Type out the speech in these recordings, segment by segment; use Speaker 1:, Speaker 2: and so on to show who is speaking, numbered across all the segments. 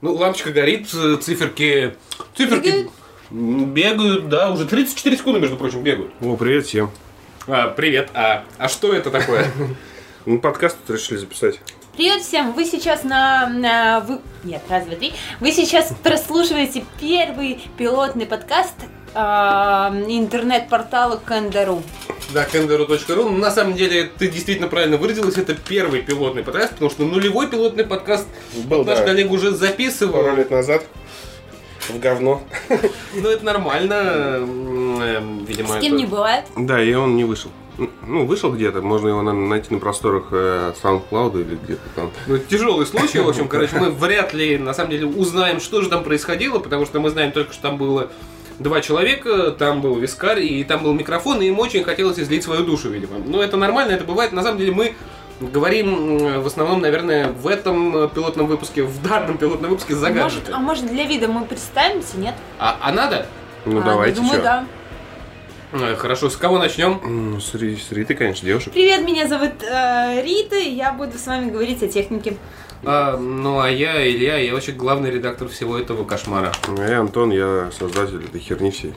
Speaker 1: Ну, лампочка горит, э, циферки... Циферки
Speaker 2: Бегают?
Speaker 1: м, бегают, да, уже 34 секунды, между прочим, бегают.
Speaker 3: О, привет всем.
Speaker 1: А, привет, а, а что это такое?
Speaker 3: Мы подкаст тут решили записать.
Speaker 2: Привет всем! Вы сейчас на... на- вы... Нет, раз, два, три. Вы сейчас прослушиваете первый пилотный подкаст а, интернет-портала Кендеру.
Speaker 1: Да, kenderu.ru. Ну, на самом деле, ты действительно правильно выразилась, это первый пилотный подкаст, потому что нулевой пилотный подкаст
Speaker 3: Был,
Speaker 1: наш
Speaker 3: Ну да.
Speaker 1: коллега уже
Speaker 3: Пару
Speaker 1: записывал.
Speaker 3: лет назад. В говно.
Speaker 1: Ну, это нормально, м, эм, видимо.
Speaker 2: С кем
Speaker 1: это-
Speaker 2: не бывает.
Speaker 3: Да, и он не вышел. Ну, вышел где-то, можно его наверное, найти на просторах э, SoundCloud или где-то там.
Speaker 1: Ну, тяжелый случай, в общем, короче, мы вряд ли, на самом деле, узнаем, что же там происходило, потому что мы знаем только, что там было два человека, там был вискарь, и там был микрофон, и им очень хотелось излить свою душу, видимо. Но это нормально, это бывает. На самом деле мы говорим м, в основном, наверное, в этом э, пилотном выпуске, в данном пилотном выпуске за
Speaker 2: Может,
Speaker 1: гаджеты.
Speaker 2: а может для вида мы представимся, нет?
Speaker 1: А, а надо?
Speaker 3: Ну,
Speaker 2: А,
Speaker 3: давайте,
Speaker 2: Думаю,
Speaker 3: чё?
Speaker 2: да.
Speaker 1: Э, Хорошо, с кого начнем?
Speaker 3: Ну, с, Ри- с Ритой, конечно, девушек.
Speaker 2: Привет, меня зовут э, Рита, и я буду с вами говорить о технике.
Speaker 1: А, ну, а я, Илья, я вообще главный редактор всего этого кошмара.
Speaker 3: А я Антон, я создатель этой херни всей.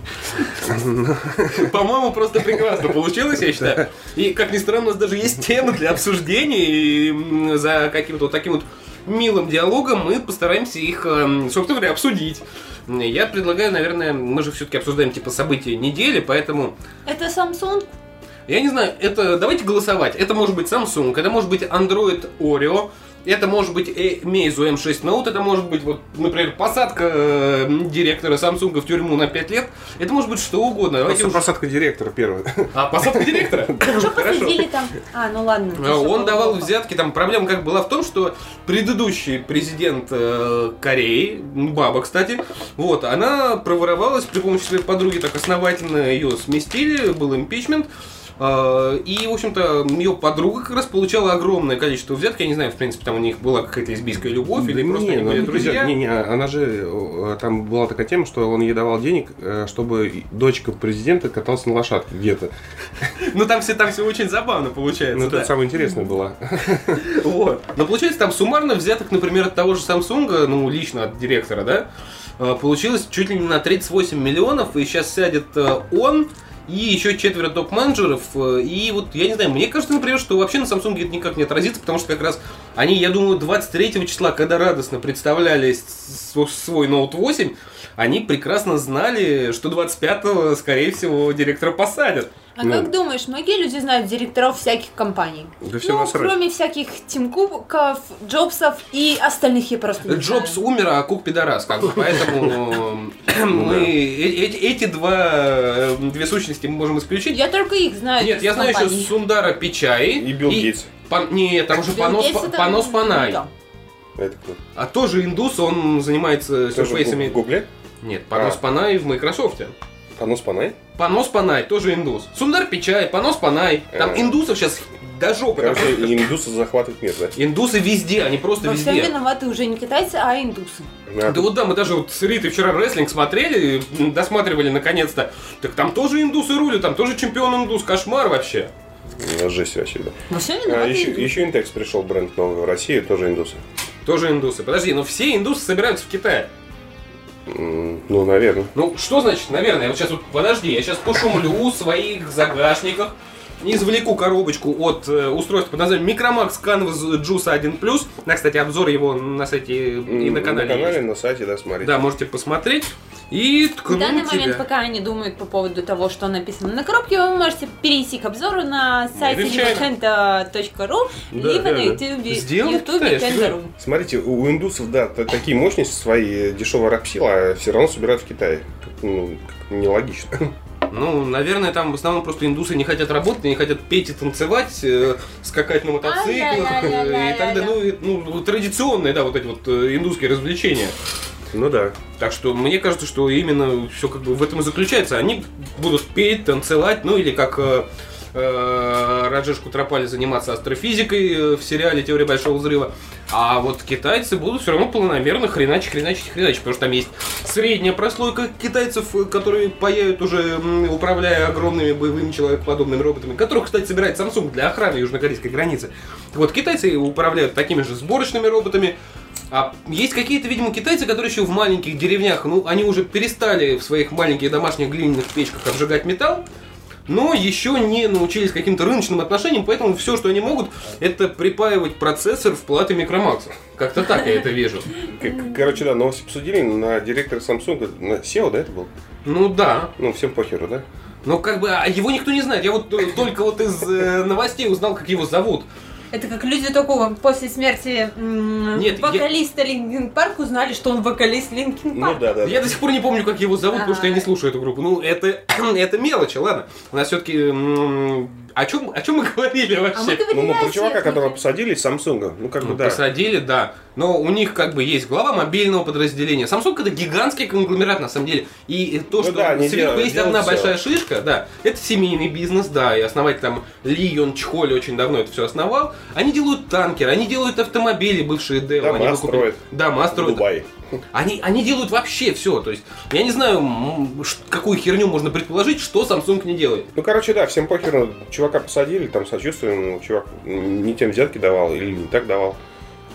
Speaker 1: По-моему, просто прекрасно получилось, я считаю. И, как ни странно, у нас даже есть тема для обсуждения, и м, за каким-то вот таким вот милым диалогом мы постараемся их, эм, собственно говоря, обсудить. Я предлагаю, наверное, мы же все-таки обсуждаем типа события недели, поэтому
Speaker 2: Это Samsung?
Speaker 1: я не знаю, это давайте голосовать. Это может быть Samsung, это может быть Android Oreo, это может быть э, Meizu M6 Note, это может быть, вот, например, посадка э, директора Samsung в тюрьму на 5 лет. Это может быть что угодно. Давайте
Speaker 3: Просто
Speaker 1: уж-
Speaker 3: посадка директора первая.
Speaker 1: А, посадка директора?
Speaker 2: Что
Speaker 1: Ну, Хорошо.
Speaker 2: посадили там? А, ну ладно. это
Speaker 1: Э,
Speaker 2: всё
Speaker 1: Он
Speaker 2: было
Speaker 1: давал
Speaker 2: плохо.
Speaker 1: взятки, там проблема как была в том, что предыдущий президент э, Кореи, м, баба, кстати, вот, она проворовалась при помощи своей подруги, так основательно ее сместили, был импичмент, э, и, в общем-то, ее подруга как раз получала огромное количество взяток. Я не знаю, в принципе, там у них была какая-то избийская любовь или просто
Speaker 3: Не,
Speaker 1: они
Speaker 3: ну,
Speaker 1: были
Speaker 3: не,
Speaker 1: друзья.
Speaker 3: не, не, она же, э, там была такая тема, что он ей давал денег, э, чтобы и- дочка президента каталась на лошадке где-то.
Speaker 1: Ну, там все, там все очень забавно
Speaker 3: Ну,
Speaker 1: получается.
Speaker 3: это
Speaker 1: да.
Speaker 3: самое интересное было.
Speaker 1: Вот. Но получается, там суммарно взятых, например, от того же Samsung, ну, лично от директора, да, э, получилось чуть ли не на 38 миллионов, и сейчас сядет э, он и еще четверо топ-менеджеров. э, И вот, я не знаю, мне кажется, например, что вообще на Samsung это никак не отразится, потому что как раз они, я думаю, 23 числа, когда радостно представляли с- с- свой Note 8, они прекрасно знали, что 25-го, скорее всего, директора посадят.
Speaker 2: А
Speaker 3: Ну.
Speaker 2: как думаешь, многие люди знают директоров всяких компаний?
Speaker 3: Да все
Speaker 2: ну,
Speaker 3: насрать.
Speaker 2: кроме всяких Тим Куков, Джобсов и остальных я просто не
Speaker 1: Э, Джобс
Speaker 2: знаю.
Speaker 1: умер, а Кук пидорас, как бы,
Speaker 2: Ну
Speaker 1: поэтому э, мы э-
Speaker 3: да.
Speaker 1: эти эти два э, две сущности мы можем исключить.
Speaker 2: Я только их знаю.
Speaker 1: Нет,
Speaker 2: из
Speaker 1: я знаю еще
Speaker 2: компаний.
Speaker 1: Сундара Пичай.
Speaker 3: И Билл Гейтс.
Speaker 1: Пан- Нет, там уже
Speaker 2: Билл
Speaker 1: Панос
Speaker 2: Гейтс это
Speaker 1: Панос Панай.
Speaker 2: круто.
Speaker 3: Это кто?
Speaker 1: А тоже индус, он занимается
Speaker 3: Тоже в
Speaker 1: сюрфейсами.
Speaker 3: Гугле?
Speaker 1: Нет, Панос
Speaker 3: А.
Speaker 1: Панай в Microsoft.
Speaker 3: Понос Панай?
Speaker 1: Панос Панай, тоже индус. Сундар Пичай, Панос Панай. Там
Speaker 3: Э.
Speaker 1: индусов сейчас до жопы. там.
Speaker 3: Короче, индусы захватывают мир, да?
Speaker 1: Индусы везде, они просто
Speaker 2: Во всем
Speaker 1: везде.
Speaker 2: виноваты уже не китайцы, а индусы.
Speaker 3: Да.
Speaker 1: Да вот да, мы даже вот с Ритой вчера рестлинг смотрели, м, досматривали наконец-то. Так там тоже индусы рулят, там тоже чемпион индус, кошмар вообще.
Speaker 3: Ну, Жесть вообще, да.
Speaker 2: Во всем
Speaker 3: А,
Speaker 1: Ну,
Speaker 2: виноваты
Speaker 3: еще,
Speaker 2: индусы.
Speaker 3: еще Intex пришел бренд новый в Россию, тоже индусы.
Speaker 1: Тоже индусы. Подожди, но все индусы собираются в Китае.
Speaker 3: М, Ну, наверное.
Speaker 1: Ну, что значит, наверное, вот сейчас вот, подожди, я сейчас пошумлю в своих загашниках, извлеку коробочку от э, устройства под названием Micromax Canvas Juice 1+. Да, кстати, обзор его на сайте и на канале.
Speaker 3: На канале,
Speaker 1: есть.
Speaker 3: на сайте, да, смотрите.
Speaker 1: Да, можете посмотреть. И ткну
Speaker 2: В данный
Speaker 1: тебя.
Speaker 2: момент, пока они думают по поводу того, что написано на коробке, вы можете перейти к обзору на сайте
Speaker 1: Изучаем.
Speaker 2: nintendo.ru,
Speaker 3: Да,
Speaker 2: либо
Speaker 3: да,
Speaker 2: на
Speaker 3: да.
Speaker 2: ютубе,
Speaker 1: Сделано в
Speaker 2: ютубе
Speaker 1: Китае, серьезно?
Speaker 2: Кендеру.
Speaker 3: Смотрите, у у индусов, да, та- такие мощности свои, э, дешевая рапсила, а все равно собирают в Китае. Как, ну, как нелогично.
Speaker 1: Ну, наверное, там в основном просто индусы не хотят работать, не хотят петь и танцевать, э, скакать на мотоциклах э, и так далее. Ну, и, Ну, ну, традиционные, да, вот эти вот э, индусские развлечения.
Speaker 3: Ну да.
Speaker 1: Так что мне кажется, что именно все как бы в этом и заключается. Они будут петь, танцевать, ну или как э, э, Раджеш Кутрапали заниматься астрофизикой э, в сериале «Теория большого взрыва». А вот китайцы будут все равно планомерно хреначить, хреначить, хреначить, потому что там есть средняя прослойка китайцев, э, которые паяют уже, м, управляя огромными боевыми человекоподобными роботами, которых, кстати, собирает Samsung для охраны южнокорейской границы. Вот китайцы управляют такими же сборочными роботами, А есть какие-то, видимо, китайцы, которые еще в маленьких деревнях, ну, они уже перестали в своих маленьких домашних глиняных печках обжигать металл, но еще не научились каким-то рыночным отношениям, поэтому все, что они могут, это припаивать процессор в платы микромакса. Как-то так я это вижу.
Speaker 3: К- Короче, да, новость обсудили на директора Samsung, на SEO, да, это был?
Speaker 1: Ну да.
Speaker 3: Ну, всем похеру, да?
Speaker 1: Но как бы а его никто не знает. Я вот э, только вот из э, новостей узнал, как его зовут.
Speaker 2: Это как люди такого после смерти м,
Speaker 1: Нет, я-
Speaker 2: вокалиста Линкин Парк узнали, что он вокалист Линкин
Speaker 3: Ну,
Speaker 2: Парк.
Speaker 3: да, да.
Speaker 1: Я до сих пор не помню, как его зовут, потому что я не слушаю эту группу. Ну, это, это мелочи, ладно. У нас все-таки... О чем, о чем мы говорили вообще?
Speaker 2: А мы говорили
Speaker 3: Ну, мы
Speaker 2: о
Speaker 3: про чувака,
Speaker 2: технике.
Speaker 3: которого посадили из Samsung, ну, как бы,
Speaker 1: Ну,
Speaker 3: да.
Speaker 1: Посадили, да. Но у них как бы есть глава мобильного подразделения. Samsung это гигантский конгломерат на самом деле. И то,
Speaker 3: Ну
Speaker 1: что
Speaker 3: да, они
Speaker 1: сверху
Speaker 3: делают-
Speaker 1: есть
Speaker 3: делают
Speaker 1: одна
Speaker 3: всё.
Speaker 1: большая шишка, да, это семейный бизнес, да. И основатель там Ли Йон Чхоль очень давно это все основал. Они делают танкеры, они делают автомобили, бывшие Dell.
Speaker 3: Дома
Speaker 1: они
Speaker 3: строят.
Speaker 1: Дома строят.
Speaker 3: Дубай.
Speaker 1: Они, они делают вообще все. То есть, я не знаю, м, ш- какую херню можно предположить, что Samsung не делает.
Speaker 3: Ну, короче, да, всем похеру, чувака посадили, там, сочувствуем, ну, чувак не тем взятки давал или не так давал.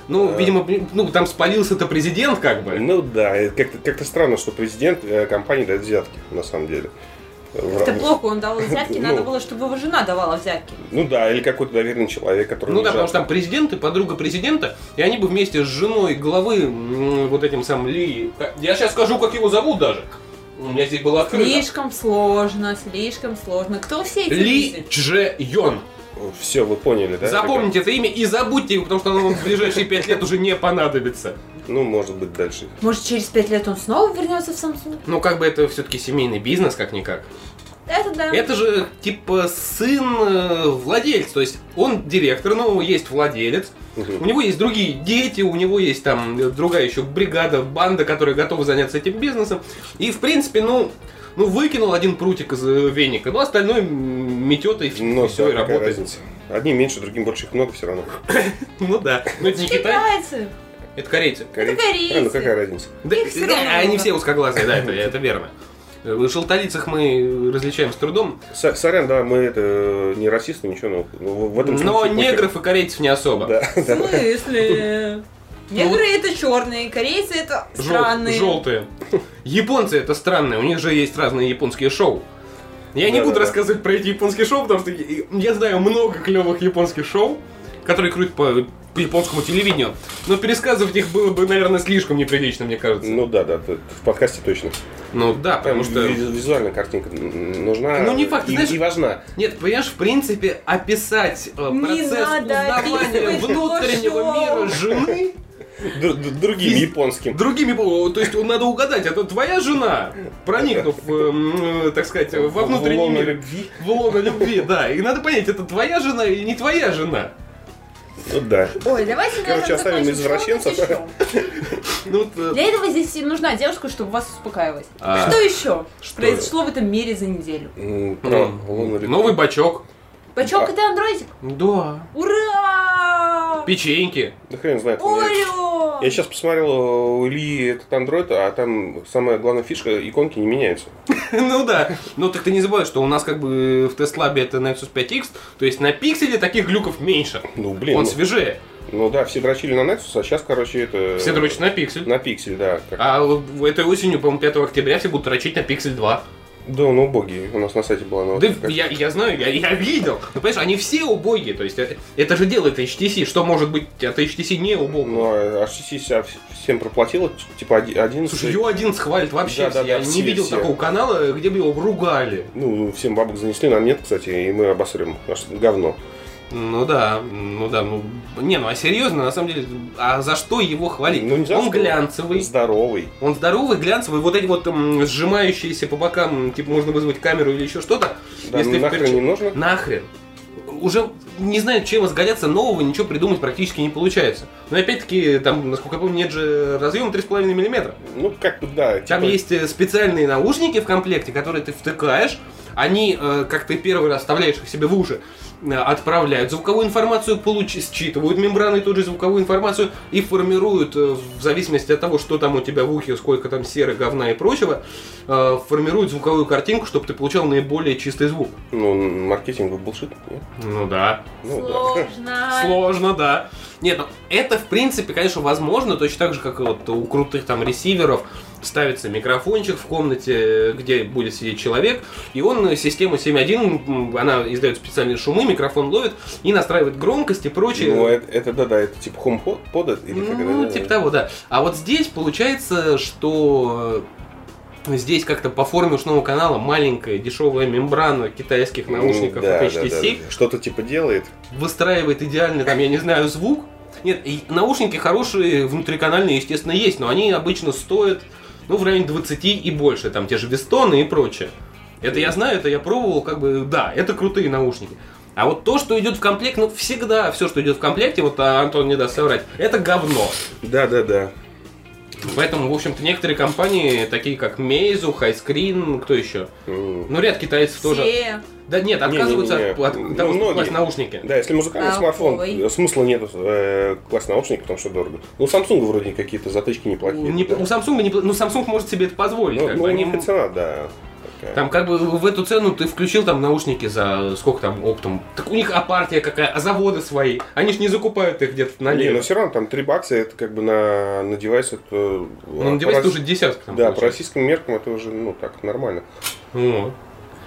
Speaker 1: Ну,
Speaker 3: Э.
Speaker 1: видимо, ну, там спалился-то президент, как бы.
Speaker 3: Ну, да, это как-то как-то странно, что президент э, компании дает взятки, на самом деле. В
Speaker 2: Это
Speaker 3: ра-
Speaker 2: плохо, он давал взятки,
Speaker 3: Ну.
Speaker 2: надо было, чтобы его жена давала взятки.
Speaker 3: Ну, да, или какой-то доверенный человек, который...
Speaker 1: Ну
Speaker 3: не
Speaker 1: да, потому
Speaker 3: жал.
Speaker 1: что там президент и подруга президента, и они бы вместе с женой главы м, вот этим самым Ли... э, Я сейчас скажу, как его зовут даже. У меня здесь было открыто.
Speaker 2: Слишком сложно, слишком сложно. Кто все эти
Speaker 1: Ли
Speaker 2: люди?
Speaker 1: Чже Йон.
Speaker 3: Все, вы поняли, да?
Speaker 1: Запомните это имя и забудьте его, потому что оно вам в ближайшие пять лет уже не понадобится.
Speaker 3: Ребят, Ну, может быть, дальше.
Speaker 2: Может, через пять лет он снова вернется в Samsung?
Speaker 1: Ну, как бы это все-таки семейный бизнес, как-никак.
Speaker 2: Это да.
Speaker 1: Это же типа сын э, владельца, то есть он директор, но есть владелец. У
Speaker 3: Мгм.
Speaker 1: него есть другие дети, у него есть там э, другая еще бригада, банда, которая готова заняться этим бизнесом. И в принципе, ну, ну выкинул один прутик из э, веника, ну остальное м, метет и,
Speaker 3: Ну,
Speaker 1: все,
Speaker 3: да,
Speaker 1: и
Speaker 3: какая
Speaker 1: работает.
Speaker 3: разница. Одним меньше, другим больше, их много все равно.
Speaker 1: Ну да, но это не Китай,
Speaker 2: Китайцы.
Speaker 1: это корейцы.
Speaker 3: Корейцы.
Speaker 2: корейцы.
Speaker 3: А, ну, какая разница?
Speaker 1: Да,
Speaker 2: Их всё
Speaker 1: да,
Speaker 2: равно
Speaker 1: они
Speaker 2: много.
Speaker 1: все узкоглазые, да, это, это верно. Э, Шелтолицых мы э, различаем с трудом,
Speaker 3: Со- Сорян, да, мы это э, не расисты, ничего, но в в этом
Speaker 1: но
Speaker 3: случае похер.
Speaker 1: негров и корейцев не особо.
Speaker 3: Да,
Speaker 2: В смысле? Негры это черные, корейцы это
Speaker 1: Жел-
Speaker 2: странные.
Speaker 1: Желтые. Японцы это странные, у них же есть разные японские шоу. Я не
Speaker 3: Да-да-да.
Speaker 1: буду рассказывать про эти японские шоу, потому что я я знаю много клевых японских шоу, которые крутят по по японскому телевидению. Но пересказывать их было бы, наверное, слишком неприлично, мне кажется.
Speaker 3: ну да, да, т- в подкасте точно.
Speaker 1: Ну да, потому
Speaker 3: Потому что
Speaker 1: что...
Speaker 3: визуальная картинка н- нужна
Speaker 1: Ну, не факт,
Speaker 3: и,
Speaker 1: знаешь-
Speaker 3: и важна.
Speaker 1: Нет, понимаешь, в принципе, описать э,
Speaker 2: Не
Speaker 1: процесс
Speaker 2: надо
Speaker 1: узнавания
Speaker 2: описывать то
Speaker 1: внутреннего
Speaker 2: шоу.
Speaker 1: мира жены
Speaker 3: Д- д- Другим
Speaker 1: Из-
Speaker 3: японским.
Speaker 1: Другими, пол- то есть надо угадать, а то твоя жена, проникнув, э, м, э, так сказать, во внутренний
Speaker 3: В лоно
Speaker 1: мир,
Speaker 3: любви.
Speaker 1: в лоно любви, да, и надо понять, это твоя жена или не твоя жена.
Speaker 3: Ну да.
Speaker 2: Ой, давайте,
Speaker 3: Короче,
Speaker 2: наверное,
Speaker 3: оставим
Speaker 2: закончим.
Speaker 3: извращенцев.
Speaker 2: Что у нас еще?
Speaker 1: Ну, т-
Speaker 2: Для этого здесь и нужна девушка, чтобы вас успокаивать.
Speaker 1: А.
Speaker 2: Что еще
Speaker 1: Что?
Speaker 2: произошло в этом мире за неделю?
Speaker 3: М, Про лоно Ну, любви.
Speaker 1: ну, Новый бачок.
Speaker 2: Бачок
Speaker 3: Да.
Speaker 2: это андроидик.
Speaker 1: Да.
Speaker 2: Ура!
Speaker 1: Печеньки.
Speaker 3: Да хрен знает. ну, я-
Speaker 2: Олю!
Speaker 3: Я сейчас посмотрел э, у Ильи этот андроид, а там самая главная фишка, иконки не меняются.
Speaker 1: Ну да. Ну так ты не забывай, что у нас как бы э, в Теслабе это Nexus 5X, то есть на пикселе таких глюков меньше.
Speaker 3: Ну блин,
Speaker 1: Он
Speaker 3: ну,
Speaker 1: свежее.
Speaker 3: ну да, все дрочили на Nexus, а сейчас, короче, это...
Speaker 1: Все дрочат на пиксель.
Speaker 3: На пиксель, да. как-
Speaker 1: А в- этой осенью, по-моему, 5 октября все будут дрочить на пиксель 2.
Speaker 3: Да, он убогий, у нас на сайте была
Speaker 1: Да
Speaker 3: новость. как-
Speaker 1: я, я знаю, я, я видел. Ну, понимаешь, они все убогие. То есть, э, это же делает HTC. Что может быть от HTC не убогого?
Speaker 3: Ну, а HTC себя в- всем проплатила, т- типа оди- 11...
Speaker 1: Слушай, Ю-1 схвалит вообще.
Speaker 3: Да, да,
Speaker 1: все. я
Speaker 3: да,
Speaker 1: не
Speaker 3: все,
Speaker 1: видел
Speaker 3: все.
Speaker 1: такого канала, где бы его ругали.
Speaker 3: Ну, всем бабок занесли, нам нет, кстати, и мы обосрем. Аж говно.
Speaker 1: Ну да, ну да. Ну, не, ну а серьезно, на самом деле, а за что его хвалить?
Speaker 3: Ну, не за
Speaker 1: он
Speaker 3: что.
Speaker 1: глянцевый,
Speaker 3: Здоровый.
Speaker 1: он здоровый, глянцевый. Вот эти вот м, сжимающиеся по бокам, типа можно вызвать камеру или еще что-то.
Speaker 3: Да,
Speaker 1: Если
Speaker 3: ну,
Speaker 1: в
Speaker 3: нахрен
Speaker 1: перчат-
Speaker 3: не нужно.
Speaker 1: Нахрен. Уже не знаю, чем изгодятся нового, ничего придумать практически не получается. Но опять-таки, там, насколько я помню, нет же разъема 3,5 мм.
Speaker 3: Ну, как бы, да.
Speaker 1: Там
Speaker 3: типа,
Speaker 1: есть э, специальные наушники в комплекте, которые ты втыкаешь. Они, э, как ты первый раз вставляешь их себе в уши, э, отправляют звуковую информацию, получ... считывают мембраны тут же звуковую информацию и формируют, э, в зависимости от того, что там у тебя в ухе, сколько там серы, говна и прочего, э, формируют звуковую картинку, чтобы ты получал наиболее чистый звук.
Speaker 3: Ну, маркетинг был булшит, нет?
Speaker 1: Ну да.
Speaker 3: Ну, да.
Speaker 2: Сложно.
Speaker 1: Сложно, да. Нет, ну это в принципе, конечно, возможно, точно так же, как и вот у крутых там ресиверов ставится микрофончик в комнате, где будет сидеть человек, и он э, систему 7.1, м, она издает специальные шумы, микрофон ловит и настраивает громкость и прочее.
Speaker 3: Ну, это, это да-да, это типа HomePod пода или как это,
Speaker 1: Ну,
Speaker 3: да,
Speaker 1: типа
Speaker 3: да.
Speaker 1: того, да. А вот здесь получается, что э, здесь как-то по форме ушного канала маленькая дешевая мембрана китайских
Speaker 3: Ну,
Speaker 1: наушников
Speaker 3: да, да,
Speaker 1: HTC.
Speaker 3: да, да. Что-то типа делает.
Speaker 1: выстраивает идеальный, там, я не знаю, звук. Нет, и наушники хорошие, внутриканальные, естественно, есть, но они обычно стоят, ну, в районе 20 и больше, там, те же Вестоны и прочее. Это я знаю, это я пробовал, как бы, да, это крутые наушники. А вот то, что идет в комплект, ну, всегда все, что идет в комплекте, вот а, Антон не даст соврать, это говно.
Speaker 3: Да-да-да.
Speaker 1: Поэтому, в общем-то, некоторые компании, такие как Meizu, Highscreen, кто еще?
Speaker 3: М.
Speaker 1: Ну, ряд китайцев тоже.
Speaker 2: Все.
Speaker 1: Да нет, отказываются
Speaker 3: Не-не-не.
Speaker 1: от, от того,
Speaker 3: Ну,
Speaker 1: чтобы
Speaker 3: многие.
Speaker 1: класть наушники.
Speaker 3: Да, если музыкальный
Speaker 2: А,
Speaker 3: смартфон,
Speaker 2: ой.
Speaker 3: э, смысла нет э, класть наушник, потому что дорого. Ну, у Samsung вроде какие-то затычки неплохие.
Speaker 1: Не-
Speaker 3: да.
Speaker 1: у Samsung не, пла- ну Samsung может себе это позволить.
Speaker 3: Ну,
Speaker 1: как
Speaker 3: ну,
Speaker 1: бы,
Speaker 3: у
Speaker 1: они-
Speaker 3: них и цена, да. такая.
Speaker 1: там как бы в эту цену ты включил там наушники за сколько там оптом. Так у них апартия какая, а заводы свои. Они ж не закупают их где-то на
Speaker 3: Не, ну, но
Speaker 1: лето.
Speaker 3: все равно там 3 бакса, это как бы на, на девайс это... э,
Speaker 1: Ну, на
Speaker 3: по
Speaker 1: девайс
Speaker 3: рос-
Speaker 1: ты уже десятка там
Speaker 3: Да, по
Speaker 1: получаешь.
Speaker 3: российским меркам это уже, ну, так, нормально.
Speaker 1: Ну, Вот.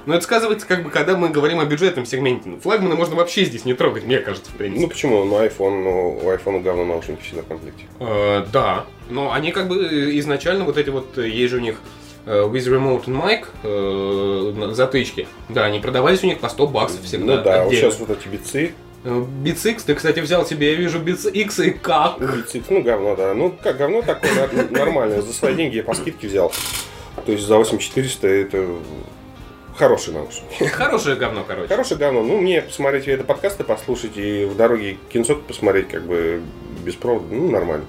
Speaker 1: Но это сказывается, как бы, когда мы говорим о бюджетном сегменте. Ну, Флагманы можно вообще здесь не трогать, мне кажется, в принципе.
Speaker 3: Ну, почему? Ну, iPhone, ну, у iPhone говно наушники всегда в комплекте.
Speaker 1: Э, да. Но они как бы изначально вот эти вот, э, есть же у них э, With Remote and Mic э, на- затычки. Да, они продавались у них по 100 баксов всегда.
Speaker 3: Ну да, вот
Speaker 1: отдельно.
Speaker 3: сейчас вот эти бицы,
Speaker 1: Э, Beats X, ты, кстати, взял себе, я вижу, Beats X и как?
Speaker 3: ну, бицы, ну, говно, да. Ну, как говно такое, да, нормально. За свои деньги я по скидке взял. То есть за 8400 это хороший наушник.
Speaker 1: Хорошее говно, короче.
Speaker 3: Хорошее говно. Ну, мне посмотреть это подкасты послушать и в дороге кинцок посмотреть, как бы, без провода, ну, нормально.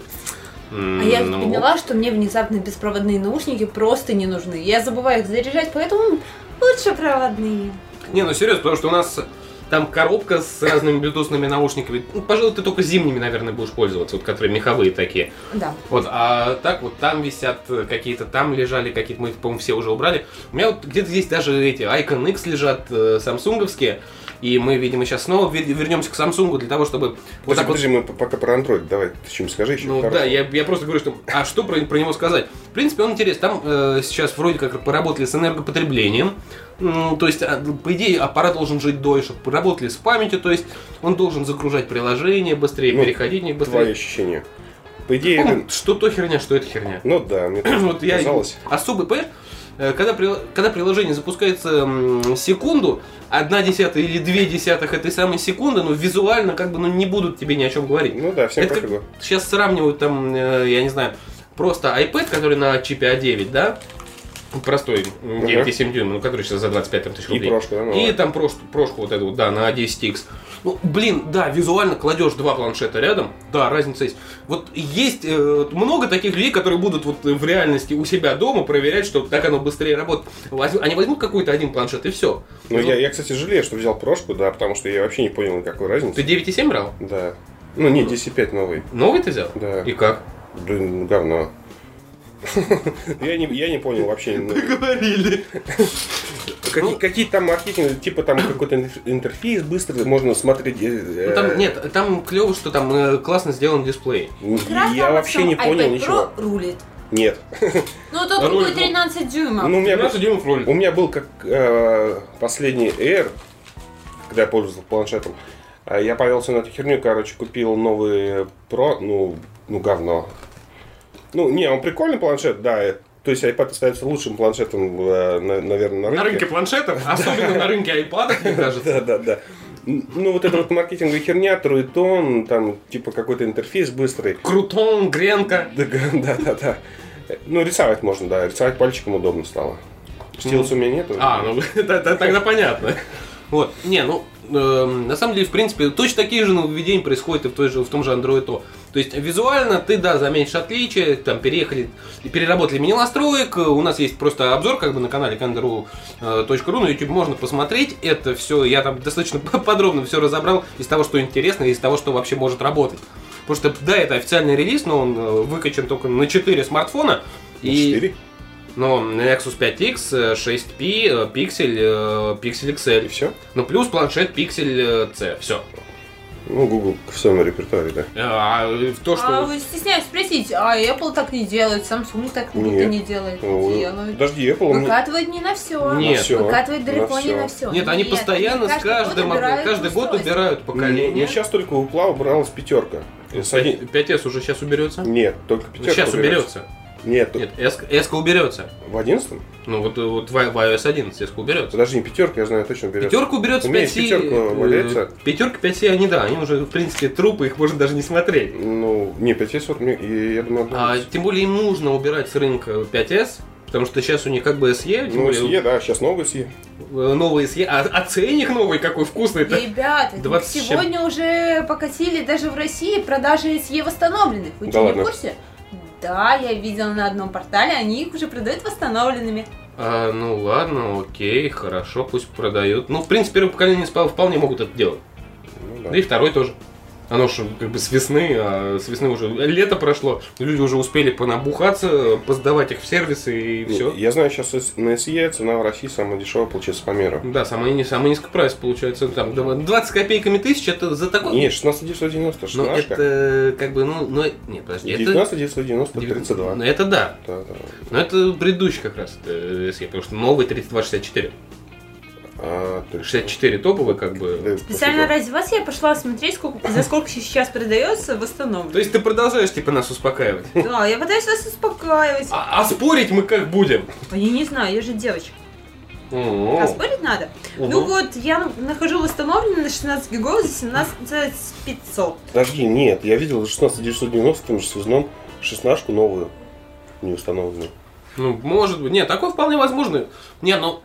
Speaker 2: А я
Speaker 1: ну.
Speaker 3: ну.
Speaker 2: поняла, что мне внезапно беспроводные наушники просто не нужны. Я забываю их заряжать, поэтому лучше проводные.
Speaker 1: Не, ну серьезно, потому что у нас там коробка с разными блютусными наушниками. Ну, пожалуй, ты только зимними, наверное, будешь пользоваться, вот которые меховые такие.
Speaker 2: Да.
Speaker 1: Вот, а так вот там висят э, какие-то, там лежали какие-то, мы их, по-моему, все уже убрали. У меня вот где-то здесь даже эти Icon X лежат, э, самсунговские. И мы, видимо, сейчас снова вер- вернемся к Samsung для того, чтобы... вот
Speaker 3: Подожди,
Speaker 1: так вот
Speaker 3: подожди, мы п- пока про Android, давай, ты что-нибудь скажи еще.
Speaker 1: Ну
Speaker 3: хорошего.
Speaker 1: да, я, я просто говорю, что... А что про, про него сказать? В принципе, он интересен. Там э, сейчас вроде как поработали с энергопотреблением. М, то есть, а, по идее, аппарат должен жить дольше. Поработали с памятью, то есть он должен загружать приложение быстрее,
Speaker 3: Ну,
Speaker 1: переходить в них
Speaker 3: Твои
Speaker 1: быстрее.
Speaker 3: ощущения. По идее,
Speaker 1: По-моему,
Speaker 3: это-
Speaker 1: Что то херня, что это херня.
Speaker 3: Ну да, мне тоже
Speaker 1: Вот я
Speaker 3: казалось.
Speaker 1: особый, понимаешь, э, когда, при- когда приложение запускается м, секунду, одна десятая или две десятых этой самой секунды, ну, визуально как бы ну, не будут тебе ни о чем говорить.
Speaker 3: Ну да, всем
Speaker 1: Это как-
Speaker 3: пофигу.
Speaker 1: Сейчас сравнивают там, э, я не знаю, просто iPad, который на чипе А9, да? Простой, м,
Speaker 3: Мгм.
Speaker 1: 9,7 дюйма, ну, который сейчас за 25 там, тысяч
Speaker 3: И
Speaker 1: рублей.
Speaker 3: прошка, да,
Speaker 1: И
Speaker 3: ну,
Speaker 1: там прошку, прошку вот эту, вот, да, на 10X. Ну, блин, да, визуально кладешь два планшета рядом, да, разница есть. Вот есть э, вот много таких людей, которые будут вот в реальности у себя дома проверять, что так оно быстрее работает. Возьм- они возьмут какой-то один планшет и все.
Speaker 3: Ну, я, я, кстати, жалею, что взял прошку, да, потому что я вообще не понял никакой разницы.
Speaker 1: Ты 9,7 брал?
Speaker 3: Да. Ну, не, 10.5 новый.
Speaker 1: Новый ты взял?
Speaker 3: Да.
Speaker 1: И как?
Speaker 3: Блин, говно. Я не, я не понял вообще. ну,
Speaker 1: Говорили. Ну
Speaker 3: какие, какие там маркетинги, типа там какой-то интерф- интерфейс быстрый, можно смотреть. э, э,
Speaker 1: Ну, там, нет, там клево, что там э, классно сделан дисплей.
Speaker 3: ну,
Speaker 2: Красава
Speaker 3: Я вообще не
Speaker 2: всем iPad
Speaker 3: понял
Speaker 2: Pro
Speaker 3: ничего.
Speaker 2: рулит.
Speaker 3: Нет.
Speaker 2: Ну тут
Speaker 1: Рулит,
Speaker 2: будет
Speaker 1: ну.
Speaker 2: 13 дюймов.
Speaker 3: Ну, у меня, был-
Speaker 1: дюймов
Speaker 3: у меня был как э, последний Air, когда я пользовался планшетом. а Я повелся на эту херню, короче, купил новый Pro, ну, ну говно. Ну, не, он прикольный планшет, да. э, То есть iPad остается лучшим планшетом, э, на- наверное, на рынке.
Speaker 1: На рынке планшетов, особенно на рынке айпадов, мне кажется.
Speaker 3: Да, да, да. Ну, вот эта вот маркетинговая херня, труитон, там, типа, какой-то интерфейс быстрый.
Speaker 1: Крутон, гренка.
Speaker 3: Да, га- да, да, да. Ну, рисовать можно, да. Рисовать пальчиком удобно стало. Стилус у меня нету.
Speaker 1: А, ну это- это тогда понятно. Вот, не, ну, эм, на самом деле, в принципе, точно такие же нововведения происходят и в, той же, в том же Android O. То есть визуально ты, да, заметишь отличия, там переехали, переработали мини-настроек, у нас есть просто обзор как бы на канале kangaroo.ru, на YouTube можно посмотреть это все, я там достаточно подробно все разобрал из того, что интересно, из того, что вообще может работать. Потому что, да, это официальный релиз, но он э, выкачан только на 4 смартфона.
Speaker 3: На четыре?
Speaker 1: Ну, Nexus 5X, э, 6P, э, пиксель, э, пиксель
Speaker 3: И
Speaker 1: XL.
Speaker 3: все?
Speaker 1: Ну, плюс планшет пиксель э, C. Все.
Speaker 3: Ну, Google в своем репертуаре, да.
Speaker 1: Э, то,
Speaker 2: А
Speaker 1: что...
Speaker 2: вы стесняюсь спросить, а Apple так не делает, Samsung так
Speaker 3: Нет.
Speaker 2: будто не делает.
Speaker 3: Ну,
Speaker 2: Делают.
Speaker 3: Подожди, Apple... ну,
Speaker 2: Выкатывают не на все.
Speaker 1: Нет.
Speaker 3: На всё.
Speaker 2: Выкатывать
Speaker 3: На
Speaker 2: далеко не
Speaker 3: всё.
Speaker 2: на все.
Speaker 1: Нет, они постоянно с каждым, обновляют, каждый год убирают поколение.
Speaker 3: Ну, сейчас только у Пла убралась пятерка. С один-
Speaker 1: 5S уже сейчас уберется?
Speaker 3: Нет, только пятерка.
Speaker 1: Ну, сейчас
Speaker 3: уберется.
Speaker 1: уберется.
Speaker 3: Нет,
Speaker 1: Нет, S, S-ка уберется.
Speaker 3: в одиннадцатом?
Speaker 1: Ну вот, э, вот в в iOS 11 S-ка уберется.
Speaker 3: Подожди, не пятерка, я знаю точно уберется.
Speaker 1: Пятерка уберется, э,
Speaker 3: У меня
Speaker 1: 5
Speaker 3: есть пятерка валяется.
Speaker 1: Пятерка, 5 они, да, они уже, в принципе, трупы, их можно даже не смотреть.
Speaker 3: Ну, не, 5S вот мне, и я думаю,
Speaker 1: А,
Speaker 3: одна-
Speaker 1: тем более им нужно убирать с рынка 5S, потому что сейчас у них как бы SE, тем
Speaker 3: ну,
Speaker 1: более,
Speaker 3: SE, да, сейчас новый SE.
Speaker 1: э, новый SE, а, а ценник новый какой вкусный-то.
Speaker 2: Ребята, ну,
Speaker 1: 27.
Speaker 2: сегодня уже покатили даже в России продажи SE восстановленных. Вы
Speaker 3: Да
Speaker 2: что, не
Speaker 3: ладно?
Speaker 2: в курсе? Да, я видела на одном портале, они их уже продают восстановленными.
Speaker 1: А, ну ладно, окей, хорошо, пусть продают. Ну, в принципе, первое поколение спа- вполне могут это делать.
Speaker 3: Ну, да.
Speaker 1: Да и второй тоже. Оно же как бы с весны, а с весны уже лето прошло, люди уже успели понабухаться, поздавать их в сервисы и все.
Speaker 3: Я знаю, сейчас на SE цена в России самая дешевая получается по миру.
Speaker 1: Да, самый, не- самый низкий прайс получается. ну, Там 20 копейками тысяч, это за такой...
Speaker 3: Не, 16990,
Speaker 1: ну,
Speaker 3: 16
Speaker 1: это как бы, ну, ну, нет, подожди, это...
Speaker 3: 19, 990, 32.
Speaker 1: Ну, Это да,
Speaker 3: Да, да.
Speaker 1: но это предыдущий как раз э, SE, потому что новый 3264.
Speaker 3: А, то есть-
Speaker 1: 64 топовый как бы.
Speaker 3: Да,
Speaker 2: Специально
Speaker 3: пофигу.
Speaker 2: ради вас я пошла смотреть, сколько, за сколько сейчас продается восстановленных.
Speaker 1: То есть ты продолжаешь типа нас успокаивать?
Speaker 2: Да, я пытаюсь вас успокаивать.
Speaker 1: А, а спорить мы как будем?
Speaker 2: А Я не знаю, я же девочка. А спорить надо? Ну вот, я нахожу восстановленный на 16 гигов за 17 500.
Speaker 3: Подожди, нет, я видел 16990 тем же связном шестнашку новую, не установленную.
Speaker 1: Ну, может быть. Нет, такое вполне возможно. Не, ну,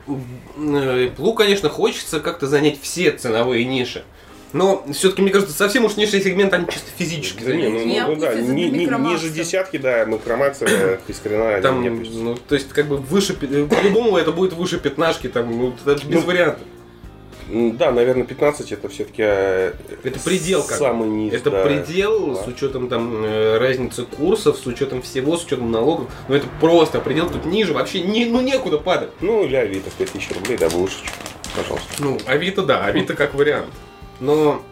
Speaker 1: э, Плу, конечно, хочется как-то занять все ценовые ниши. Но все-таки, мне кажется, совсем уж нишевый сегмент, они чисто физически
Speaker 3: Да не,
Speaker 1: занимают.
Speaker 3: ну,
Speaker 2: Не
Speaker 3: ну, да,
Speaker 2: опустят за
Speaker 3: ни- ни-
Speaker 2: микромаксом.
Speaker 3: ниже десятки, да, э, микромакса искрена
Speaker 1: Там,
Speaker 3: не опустится.
Speaker 1: ну, то есть, как бы выше, пи- э, по-любому это будет выше пятнашки, там, ну, это без
Speaker 3: Ну,
Speaker 1: вариантов.
Speaker 3: М, Да, наверное, 15 это все-таки
Speaker 1: Это предел как бы.
Speaker 3: самый низ.
Speaker 1: Это
Speaker 3: да.
Speaker 1: предел с
Speaker 3: Да.
Speaker 1: учетом там э, разницы курсов, с учетом всего, с учетом налогов. Ну, это просто предел, тут ниже вообще, не, ну, некуда падать.
Speaker 3: Ну, или Авито, 5000 рублей, да, бы лучше, чуть, пожалуйста.
Speaker 1: Ну, Авито, да, Авито как вариант. Но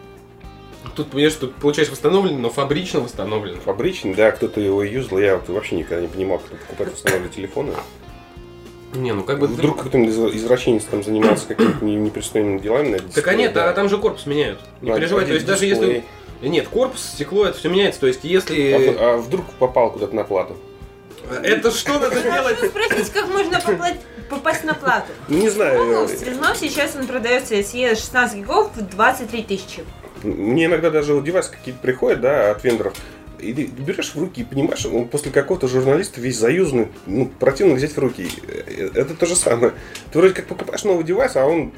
Speaker 1: тут, понимаешь, тут получается восстановлено, но фабрично восстановлено.
Speaker 3: Фабричный, да, кто-то его юзал, я вот вообще никогда не понимал, кто покупает установленные телефоны.
Speaker 1: Не, ну как бы... ты-
Speaker 3: Вдруг какой-то из- извращенец там занимается какими-то не- непристойными делами на
Speaker 1: Так а
Speaker 3: дисплее,
Speaker 1: нет,
Speaker 3: да.
Speaker 1: а там же корпус меняют. Не
Speaker 3: Да,
Speaker 1: переживай, то есть даже если...
Speaker 3: дисплей.
Speaker 1: Нет, корпус, стекло, это все меняется. То есть если...
Speaker 3: А, а вдруг попал куда-то на плату?
Speaker 1: Это что надо делать?
Speaker 2: Хочу спросить, как можно попла- попасть на плату.
Speaker 3: Не
Speaker 2: Ну,
Speaker 3: знаю. э,
Speaker 2: в Стрельном сейчас он продается SE 16 гигов в 23 тысячи.
Speaker 3: Мне иногда даже вот девайсы какие-то приходят, да, от вендоров. И ты берешь в руки и понимаешь, он после какого-то журналиста весь заюзанный, ну, противно взять в руки. Э, Это то же самое. Ты вроде как покупаешь новый девайс, а он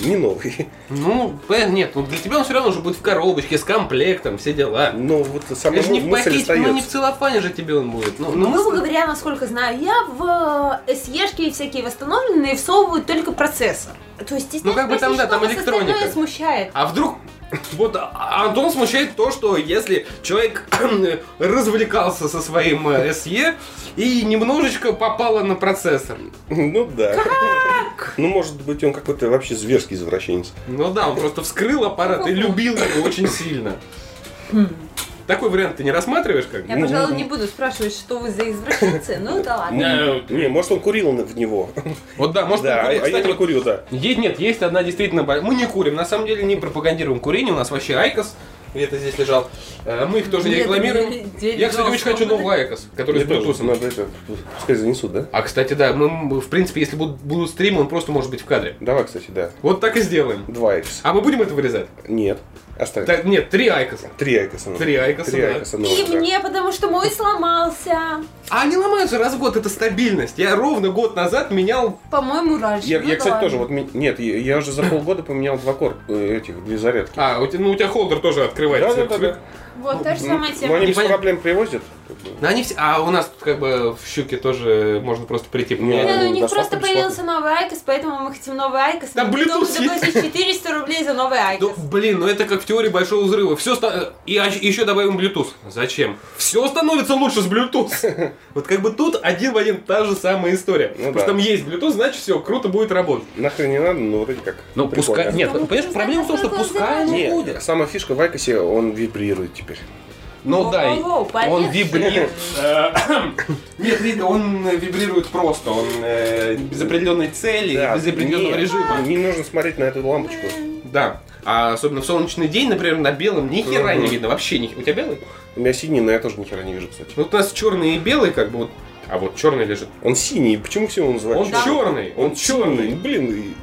Speaker 3: не новый.
Speaker 1: Ну, понятно, нет, ну для тебя он все равно уже будет в коробочке, с комплектом, все дела.
Speaker 3: Но вот сама
Speaker 1: Это же не в
Speaker 3: мысль
Speaker 1: пакете, ну не в
Speaker 3: остается.
Speaker 1: целлофане же тебе он будет. Ну, ну,
Speaker 2: Грубо
Speaker 1: мысль-
Speaker 2: говоря, насколько знаю, я в э, SE-шке всякие восстановленные всовываю только процессор. То есть,
Speaker 1: Ну, как бы там, да,
Speaker 2: стесняюсь спросить, что
Speaker 1: там
Speaker 2: вас
Speaker 1: электроника.
Speaker 2: остальное смущает.
Speaker 1: А вдруг... Вот а, Антон смущает то, что если человек развлекался со своим э, SE и немножечко попало на процессор.
Speaker 3: Ну да. Ну, может быть, он какой-то вообще зверский извращенец.
Speaker 1: Ну да, он просто вскрыл аппарат и любил его очень сильно. Такой вариант ты не рассматриваешь как бы?
Speaker 2: Я, пожалуй, не буду спрашивать, что вы за извращенцы. Ну
Speaker 1: А
Speaker 2: да ладно.
Speaker 1: Да.
Speaker 3: Не, может, он курил в него.
Speaker 1: Вот да, может,
Speaker 3: Да, Э, а
Speaker 1: он,
Speaker 3: а я
Speaker 1: кстати,
Speaker 3: не
Speaker 1: вот-
Speaker 3: курил, да.
Speaker 1: Е- Нет, есть одна действительно боль- Мы не курим, на самом деле не пропагандируем курение, у нас вообще Айкос где-то здесь лежал. Э, Мы их тоже не
Speaker 2: Нет,
Speaker 1: рекламируем.
Speaker 2: дверь- дверь
Speaker 1: Я, кстати,
Speaker 2: лежала
Speaker 1: очень хочу
Speaker 2: сломана.
Speaker 1: новый Айкос, который
Speaker 3: Мне
Speaker 1: с
Speaker 3: тоже
Speaker 1: Bluetooth.
Speaker 3: Надо это, пускай занесут, да?
Speaker 1: А, кстати, да, мы, мы, в принципе, если будут, будут стримы, он просто может быть в кадре.
Speaker 3: Давай, кстати, да.
Speaker 1: Вот так и сделаем.
Speaker 3: Два Айкоса.
Speaker 1: А мы будем это вырезать?
Speaker 3: Нет. Оставь.
Speaker 1: Да, нет, три айкоса.
Speaker 3: Три Айкоса. надо.
Speaker 1: Три Айкоса,
Speaker 3: Три
Speaker 1: да.
Speaker 3: Айкоса. надо,
Speaker 2: И
Speaker 3: да.
Speaker 2: мне, потому что мой сломался.
Speaker 1: А они ломаются раз в год, это стабильность. Я ровно год назад менял...
Speaker 2: По-моему, раньше.
Speaker 3: Я,
Speaker 2: Ну
Speaker 3: я,
Speaker 2: да
Speaker 3: кстати,
Speaker 2: ладно.
Speaker 3: тоже, вот, ми- нет, я, я уже за полгода поменял два корпуса, э, этих, две зарядки.
Speaker 1: А, у тебя, ну, у тебя холдер тоже открывается.
Speaker 3: Да-да-да-да.
Speaker 2: Вот, та же самая
Speaker 3: Ну, они
Speaker 2: тема.
Speaker 1: Не
Speaker 3: без
Speaker 1: понятно.
Speaker 3: проблем привозят. как бы.
Speaker 1: Но они все, а у нас тут как бы в щуке тоже можно просто прийти
Speaker 3: Не,
Speaker 2: Не,
Speaker 1: поменять.
Speaker 2: ну, у них
Speaker 3: доставка
Speaker 2: просто
Speaker 3: бесплатная.
Speaker 2: появился новый Айкос, поэтому мы хотим новый Айкос. Ну,
Speaker 1: Да,
Speaker 2: Мы готовы
Speaker 1: Bluetooth есть.
Speaker 2: заплатить 400 рублей за новый
Speaker 1: Ну,
Speaker 2: Айкос.
Speaker 1: блин, ну это как в теории большого взрыва. Все И еще добавим Bluetooth. Зачем? Все становится лучше с Bluetooth. Вот как бы тут один в один та же самая история. Потому
Speaker 3: да.
Speaker 1: что там есть Bluetooth, значит все, круто будет работать.
Speaker 3: Нахрен не надо, но вроде как.
Speaker 1: Ну,
Speaker 3: прикольно.
Speaker 1: пускай... Нет,
Speaker 2: Потому
Speaker 1: понимаешь,
Speaker 2: что
Speaker 1: проблема в том, что
Speaker 2: такой
Speaker 1: пускай оно
Speaker 2: взрыв.
Speaker 3: Не,
Speaker 1: будет.
Speaker 3: Сама фишка в Айкосе, он вибрирует теперь.
Speaker 1: Ну да, и
Speaker 2: О, полегче.
Speaker 1: он вибрирует. Нет, видно, он вибрирует просто. Он э, без определенной цели,
Speaker 3: Да,
Speaker 1: без определенного
Speaker 3: нет,
Speaker 1: режима.
Speaker 3: Не нужно смотреть на эту лампочку.
Speaker 1: Да. А особенно в солнечный день, например, на белом ни хера не
Speaker 3: Мгм.
Speaker 1: видно. Вообще ни У тебя белый?
Speaker 3: У меня синий, но я тоже ни хера не вижу, кстати.
Speaker 1: Ну, вот у нас черный и белый, как бы вот. А вот черный лежит.
Speaker 3: Он синий, почему все его называют?
Speaker 1: Он черный, он
Speaker 3: черный,
Speaker 1: черный.
Speaker 3: блин,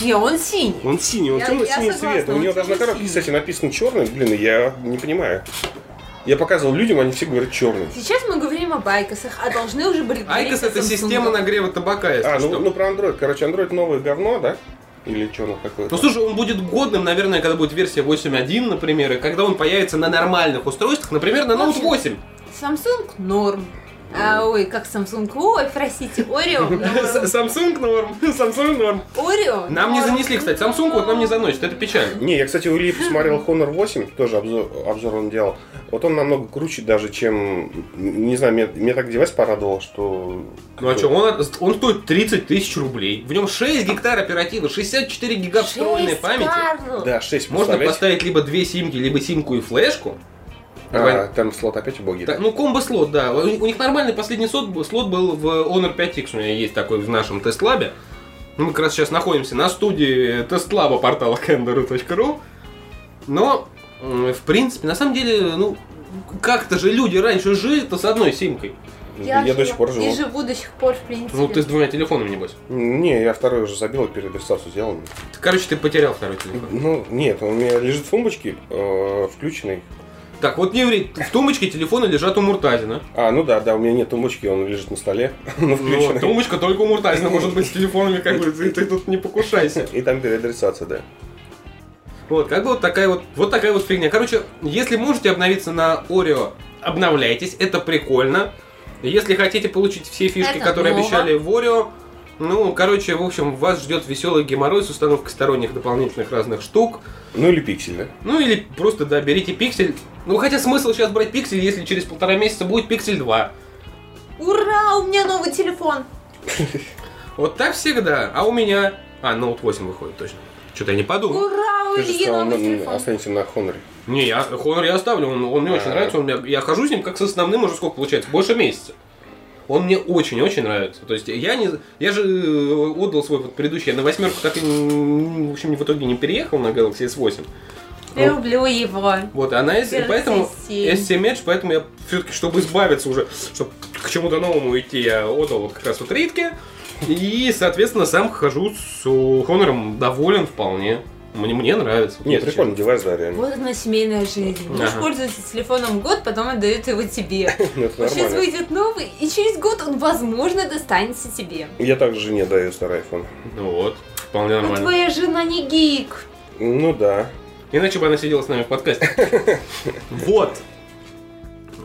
Speaker 2: Не, он синий.
Speaker 3: и- он синий, он
Speaker 2: Я-
Speaker 3: темно-синий
Speaker 2: я согласна,
Speaker 3: цвет. У
Speaker 2: он
Speaker 3: него даже на коробке,
Speaker 2: темно-синий.
Speaker 3: кстати, написано черный, блин, и я не понимаю. Я показывал людям, они все говорят черный.
Speaker 2: Сейчас мы говорим об Айкосах, а должны уже были говорить
Speaker 1: Айкос
Speaker 2: о
Speaker 1: это
Speaker 2: Samsung.
Speaker 1: система нагрева табака, если
Speaker 3: А,
Speaker 1: что.
Speaker 3: ну,
Speaker 1: Ну,
Speaker 3: ну про Android. Короче, Android новое говно, да? Или что оно такое?
Speaker 1: Ну, слушай, он будет годным, наверное, когда будет версия 8.1, например, и когда он появится на нормальных устройствах, например, на
Speaker 2: В
Speaker 1: Note
Speaker 2: общем,
Speaker 1: 8.
Speaker 2: Samsung норм. А, ой, как Samsung? Ой, простите, Oreo. норм.
Speaker 1: С- Samsung норм, Samsung норм.
Speaker 2: Oreo.
Speaker 1: Нам не
Speaker 2: норм.
Speaker 1: занесли, кстати, Samsung вот нам не заносит, это печально.
Speaker 3: Не, я, кстати, у Ильи посмотрел Honor 8, тоже обзор, обзор он делал. Вот он намного круче даже, чем... Не знаю, мне, мне так девайс порадовал, что...
Speaker 1: Ну а что, он, он стоит 30 тысяч рублей. В нем 6 гектар оперативы, 64 гига встроенной
Speaker 2: Шесть
Speaker 1: памяти.
Speaker 2: карт.
Speaker 3: Да, 6
Speaker 1: Можно
Speaker 3: представляете?
Speaker 1: поставить либо две симки, либо симку и флешку.
Speaker 3: А, там слот опять убогий.
Speaker 1: Так, ну, комбо-слот, да. У, у них нормальный последний слот, б- слот был в Honor 5X. У меня есть такой в нашем тест-лабе. Мы как раз сейчас находимся на студии тест-лаба портала kangaroo.ru. Но, м, в принципе, на самом деле, ну, как-то же люди раньше жили-то с одной симкой.
Speaker 3: я,
Speaker 2: жила
Speaker 3: до сих пор живу.
Speaker 2: И живу до сих пор, в принципе.
Speaker 1: Ну, ты с двумя телефонами, небось.
Speaker 3: Не, я второй уже забил и передоставцу сделал.
Speaker 1: Ты, Короче, ты потерял второй телефон.
Speaker 3: Ну, нет, он у меня лежит в сумочке, э, включенный.
Speaker 1: Так, вот не ври, в тумбочке телефоны лежат у Муртазина.
Speaker 3: А, ну да, да, у меня нет тумбочки, он лежит на столе, но
Speaker 1: Ну,
Speaker 3: включенный.
Speaker 1: тумбочка только у Муртазина может быть с телефонами, как бы, ты- ты тут не покушайся.
Speaker 3: И там переадресация, да.
Speaker 1: Вот, как бы вот такая вот, вот такая вот фигня. Короче, если можете обновиться на Oreo, обновляйтесь, это прикольно. Если хотите получить все фишки,
Speaker 2: Это
Speaker 1: которые
Speaker 2: ново.
Speaker 1: обещали в Oreo, ну, короче, в общем, вас ждет веселый геморрой с установкой сторонних дополнительных разных штук.
Speaker 3: Ну или пиксель, да?
Speaker 1: Ну, или просто, да, берите пиксель. Ну, хотя смысл сейчас брать пиксель, если через полтора месяца будет пиксель 2.
Speaker 2: Ура, у меня новый телефон.
Speaker 1: Вот так всегда. А у меня... А, Note 8 выходит, точно. Что-то я не подумал.
Speaker 2: Ура, у
Speaker 3: Ты же
Speaker 2: Ильи
Speaker 3: сказал,
Speaker 2: новый
Speaker 3: м,
Speaker 2: Ну, телефон.
Speaker 3: останься на Хоноре.
Speaker 1: Не, я Honor я оставлю, он, он мне очень
Speaker 3: А.
Speaker 1: нравится, он мне- я хожу с ним как с основным уже сколько получается, больше месяца. Он мне очень-очень нравится. То есть я не, я же э, отдал свой вот предыдущий, я на восьмерку так и, м, в общем, в итоге не переехал на Galaxy S8. Ну,
Speaker 2: Люблю его.
Speaker 1: вот, а на S,
Speaker 2: Galaxy
Speaker 1: поэтому
Speaker 2: S7.
Speaker 1: S7 Edge, поэтому я все-таки, чтобы избавиться уже, чтобы к чему-то новому идти, я отдал вот как раз вот Ритке. И, соответственно, сам хожу с Honor доволен вполне. Мне, мне нравится.
Speaker 3: Не, прикольный девайс, да, реально.
Speaker 2: Вот она семейная жизнь. Муж
Speaker 1: Ага.
Speaker 2: пользуется телефоном год, потом отдает его тебе.
Speaker 3: Ну, это
Speaker 2: Вот Сейчас
Speaker 3: нормально.
Speaker 2: выйдет новый, и через год он, возможно, достанется тебе.
Speaker 3: Я также жене даю старый iPhone.
Speaker 1: Ну вот, вполне
Speaker 2: Но
Speaker 1: нормально.
Speaker 2: твоя жена не гик.
Speaker 3: Ну да.
Speaker 1: Иначе бы она сидела с нами в подкасте. Вот.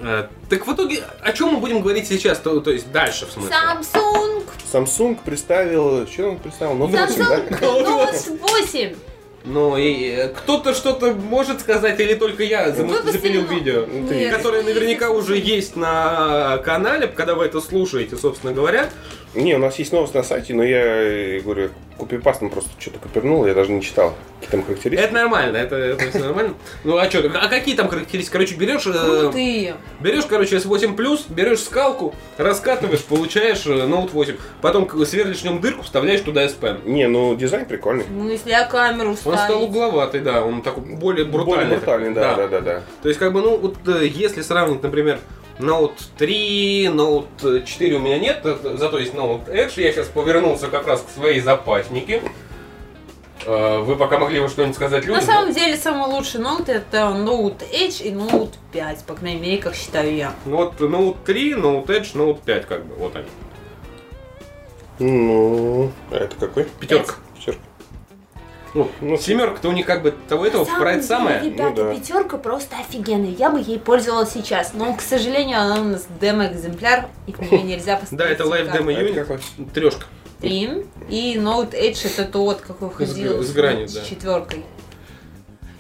Speaker 1: Э, Так в итоге, о чем мы будем говорить сейчас, то, то есть дальше, в смысле?
Speaker 2: Samsung
Speaker 3: Samsung представил... Что он представил? Ну, да?
Speaker 2: Samsung Note 8.
Speaker 1: Ну, и э, кто-то что-то может сказать, или только я зам-
Speaker 2: Выпустили
Speaker 1: запилил
Speaker 2: новое.
Speaker 1: видео,
Speaker 3: Ты-
Speaker 2: Нет,
Speaker 1: которое
Speaker 2: нет,
Speaker 1: Ну наверняка
Speaker 2: нет.
Speaker 1: уже есть на канале, когда вы это слушаете, собственно говоря.
Speaker 3: Не, у нас есть новость на сайте, но я э, говорю, копипастом просто что-то копернул, я даже не читал. Какие там характеристики?
Speaker 1: Это нормально, это, все нормально. Ну, а что, а какие там характеристики? Короче, берешь... э,
Speaker 2: Крутые.
Speaker 1: Берешь, короче, S8 Plus, берешь скалку, раскатываешь, получаешь э, Note 8. Потом к- сверлишь в нем дырку, вставляешь туда S Pen.
Speaker 3: Не, ну дизайн прикольный.
Speaker 2: Ну, если я камеру
Speaker 1: Он стал
Speaker 2: ставить.
Speaker 1: угловатый, да, он такой более брутальный.
Speaker 3: Более брутальный, да, да,
Speaker 1: да.
Speaker 3: да, да.
Speaker 1: То есть, как бы, ну, вот э, если сравнить, например, Note 3, Note 4 у меня нет, э, зато есть Note Edge, я сейчас повернулся как раз к своей запасники. Э, Вы пока могли бы что-нибудь сказать людям?
Speaker 2: На самом деле, самый лучший ноут это Note Edge и Note 5, по крайней мере, как считаю я.
Speaker 1: Ну, вот Note 3, Note Edge, Note 5, как бы, вот они.
Speaker 3: Ну, а это какой?
Speaker 1: Пятерка.
Speaker 3: Пятерка.
Speaker 1: Ну,
Speaker 3: Ну,
Speaker 1: семерка-то у них как бы того этого
Speaker 2: На самом
Speaker 1: про это
Speaker 2: деле,
Speaker 1: самое.
Speaker 2: Ребята,
Speaker 3: Ну да.
Speaker 2: пятерка просто офигенная. Я бы ей пользовалась сейчас, но, к сожалению, она у нас демо-экземпляр, и в нее нельзя поставить.
Speaker 1: Да, это лайв
Speaker 2: никак.
Speaker 1: демо
Speaker 3: Это
Speaker 1: юнит.
Speaker 3: какой?
Speaker 1: Трешка.
Speaker 2: Стрим. И Note Edge это тот, какой входил
Speaker 1: г- с гранью, да.
Speaker 2: четверкой.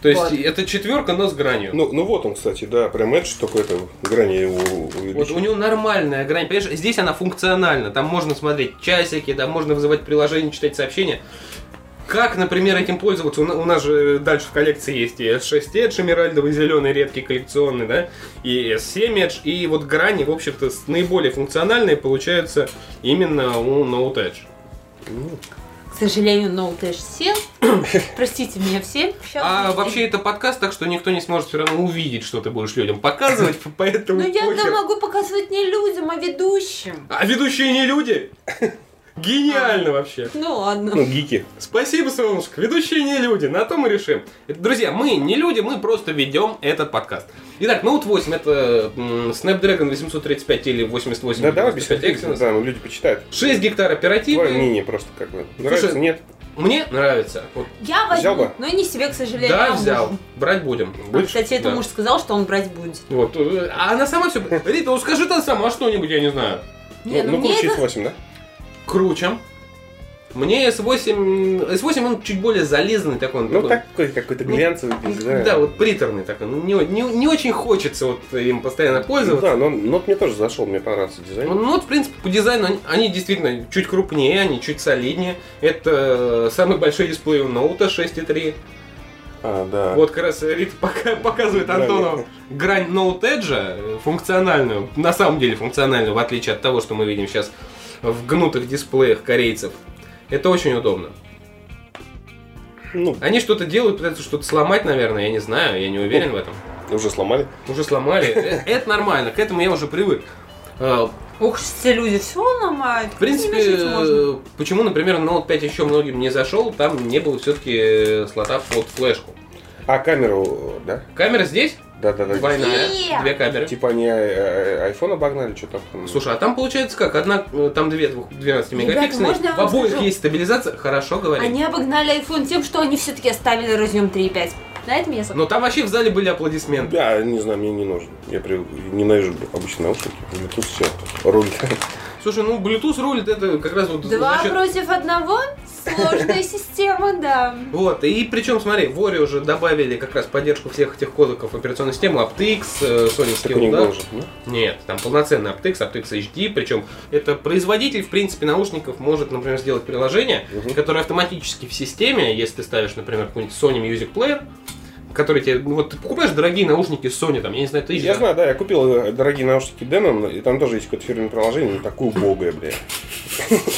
Speaker 1: То есть
Speaker 2: Вот.
Speaker 1: это четверка, но с гранью.
Speaker 3: Ну, ну вот он, кстати, да, прям это, только это грани его увеличить.
Speaker 1: Вот у него нормальная грань, понимаешь, здесь она функциональна, там можно смотреть часики, там можно вызывать приложение, читать сообщения. Как, например, этим пользоваться? У на- у нас же дальше в коллекции есть и S6 Edge, эмеральдовый, зеленый, редкий, коллекционный, да, и S7 Edge, и вот грани, в общем-то, с- наиболее функциональные получаются именно у Note Edge.
Speaker 2: К сожалению, Note Edge сел. Простите меня все. Сейчас
Speaker 1: А
Speaker 2: будет.
Speaker 1: вообще это подкаст, так что никто не сможет все равно увидеть, что ты будешь людям показывать, поэтому...
Speaker 2: Ну я
Speaker 1: похер.
Speaker 2: это могу показывать не людям, а ведущим.
Speaker 1: А ведущие не люди? Гениально вообще.
Speaker 2: Ну ладно.
Speaker 1: Хм.
Speaker 3: Ну, гики.
Speaker 1: Спасибо, солнышко. Ведущие не люди, на то мы решим. Это, друзья, мы не люди, мы просто ведем этот подкаст. Итак, Note 8 это м, Snapdragon 835 или 88.
Speaker 3: Да, давай без
Speaker 1: 95
Speaker 3: конфликта,
Speaker 1: Exynos.
Speaker 3: да, ну люди почитают.
Speaker 1: 6 гектар
Speaker 3: Твое
Speaker 1: оперативы.
Speaker 3: мнение просто как бы. Нравится,
Speaker 1: Слушай,
Speaker 3: нет?
Speaker 1: Мне нравится. Вот,
Speaker 2: Я
Speaker 3: Взял
Speaker 2: возьму,
Speaker 3: бы?
Speaker 2: но не себе, к сожалению.
Speaker 1: да,
Speaker 2: а
Speaker 1: взял.
Speaker 2: мужу.
Speaker 1: Брать будем.
Speaker 2: А,
Speaker 3: Будешь?
Speaker 2: кстати, это
Speaker 1: Да.
Speaker 2: муж сказал, что он брать будет.
Speaker 1: Вот. э, А она сама все... Рита, ну скажи ты сама что-нибудь, я не знаю.
Speaker 2: Не, ну,
Speaker 3: ну,
Speaker 2: мне
Speaker 3: получить
Speaker 2: это...
Speaker 3: 8, да?
Speaker 1: Круче. Мне S8... S8 он чуть более залезный такой. он
Speaker 3: Ну,
Speaker 1: такой.
Speaker 3: такой какой-то
Speaker 1: Ну,
Speaker 3: глянцевый без,
Speaker 1: Да. вот приторный такой. Ну, Не, не, не очень хочется вот им постоянно
Speaker 3: Ну
Speaker 1: пользоваться.
Speaker 3: Да, но нот мне тоже зашел, мне понравился дизайн.
Speaker 1: Ну, ну, вот, в принципе, по дизайну они, они действительно чуть крупнее, они чуть солиднее. Это э, самый большой дисплей у ноута 6.3.
Speaker 3: А, да.
Speaker 1: Вот как раз Рит пока, показывает
Speaker 3: Да,
Speaker 1: Антону грань ноут Edge, э, функциональную, на самом деле функциональную, в отличие от того, что мы видим сейчас в гнутых дисплеях корейцев. Это очень удобно.
Speaker 3: Ну,
Speaker 1: Они что-то делают, пытаются что-то сломать, наверное, я не знаю, я не уверен в этом.
Speaker 3: уже сломали.
Speaker 1: Уже сломали. Э, Это нормально, к этому я уже привык. Э,
Speaker 2: Ох, все люди все ломают. Ну,
Speaker 1: В принципе, э, почему, например, Note 5 еще многим не зашел, там не было все-таки слота под флешку.
Speaker 3: А камеру, э, да?
Speaker 1: Камера здесь,
Speaker 3: Да, да, да.
Speaker 1: двойная,
Speaker 2: Две!
Speaker 1: две камеры.
Speaker 3: Типа они э, iPhone обогнали, что там.
Speaker 1: Слушай, а там получается как? Одна, э, там две двух- 12
Speaker 2: Ребята,
Speaker 1: мегапиксельные,
Speaker 2: можно я
Speaker 1: в
Speaker 2: вам
Speaker 1: обоих
Speaker 2: скажу?
Speaker 1: есть стабилизация, хорошо говорим.
Speaker 2: Они обогнали iPhone тем, что они все-таки оставили разъем 3.5. На этом я
Speaker 1: Но там вообще в зале были аплодисменты.
Speaker 3: Да, не знаю, мне не нужно. Я привык, ненавижу обычные наушники. Bluetooth все, руль.
Speaker 1: Слушай, ну Bluetooth рулит, это как раз вот
Speaker 2: Два
Speaker 1: за счет-
Speaker 2: против одного? Сложная система, да.
Speaker 1: Вот, и причем, смотри, в Ori уже добавили как раз поддержку всех этих кодеков операционной системы, aptX, э,
Speaker 3: Так у
Speaker 1: Sony
Speaker 3: них
Speaker 1: да?
Speaker 3: должен, ну?
Speaker 1: Нет, там полноценный aptX, aptX HD, причем это производитель, в принципе, наушников может, например, сделать приложение,
Speaker 3: Мгм.
Speaker 1: которое автоматически в системе, если ты ставишь, например, какой-нибудь Sony Music Player, который тебе, ну вот ты покупаешь дорогие наушники Sony, там, я не знаю, тысяч.
Speaker 3: Я
Speaker 1: да?
Speaker 3: знаю, да, я купил э, дорогие наушники Denon, и там тоже есть какое-то фирменное приложение, но такое убогое, бля.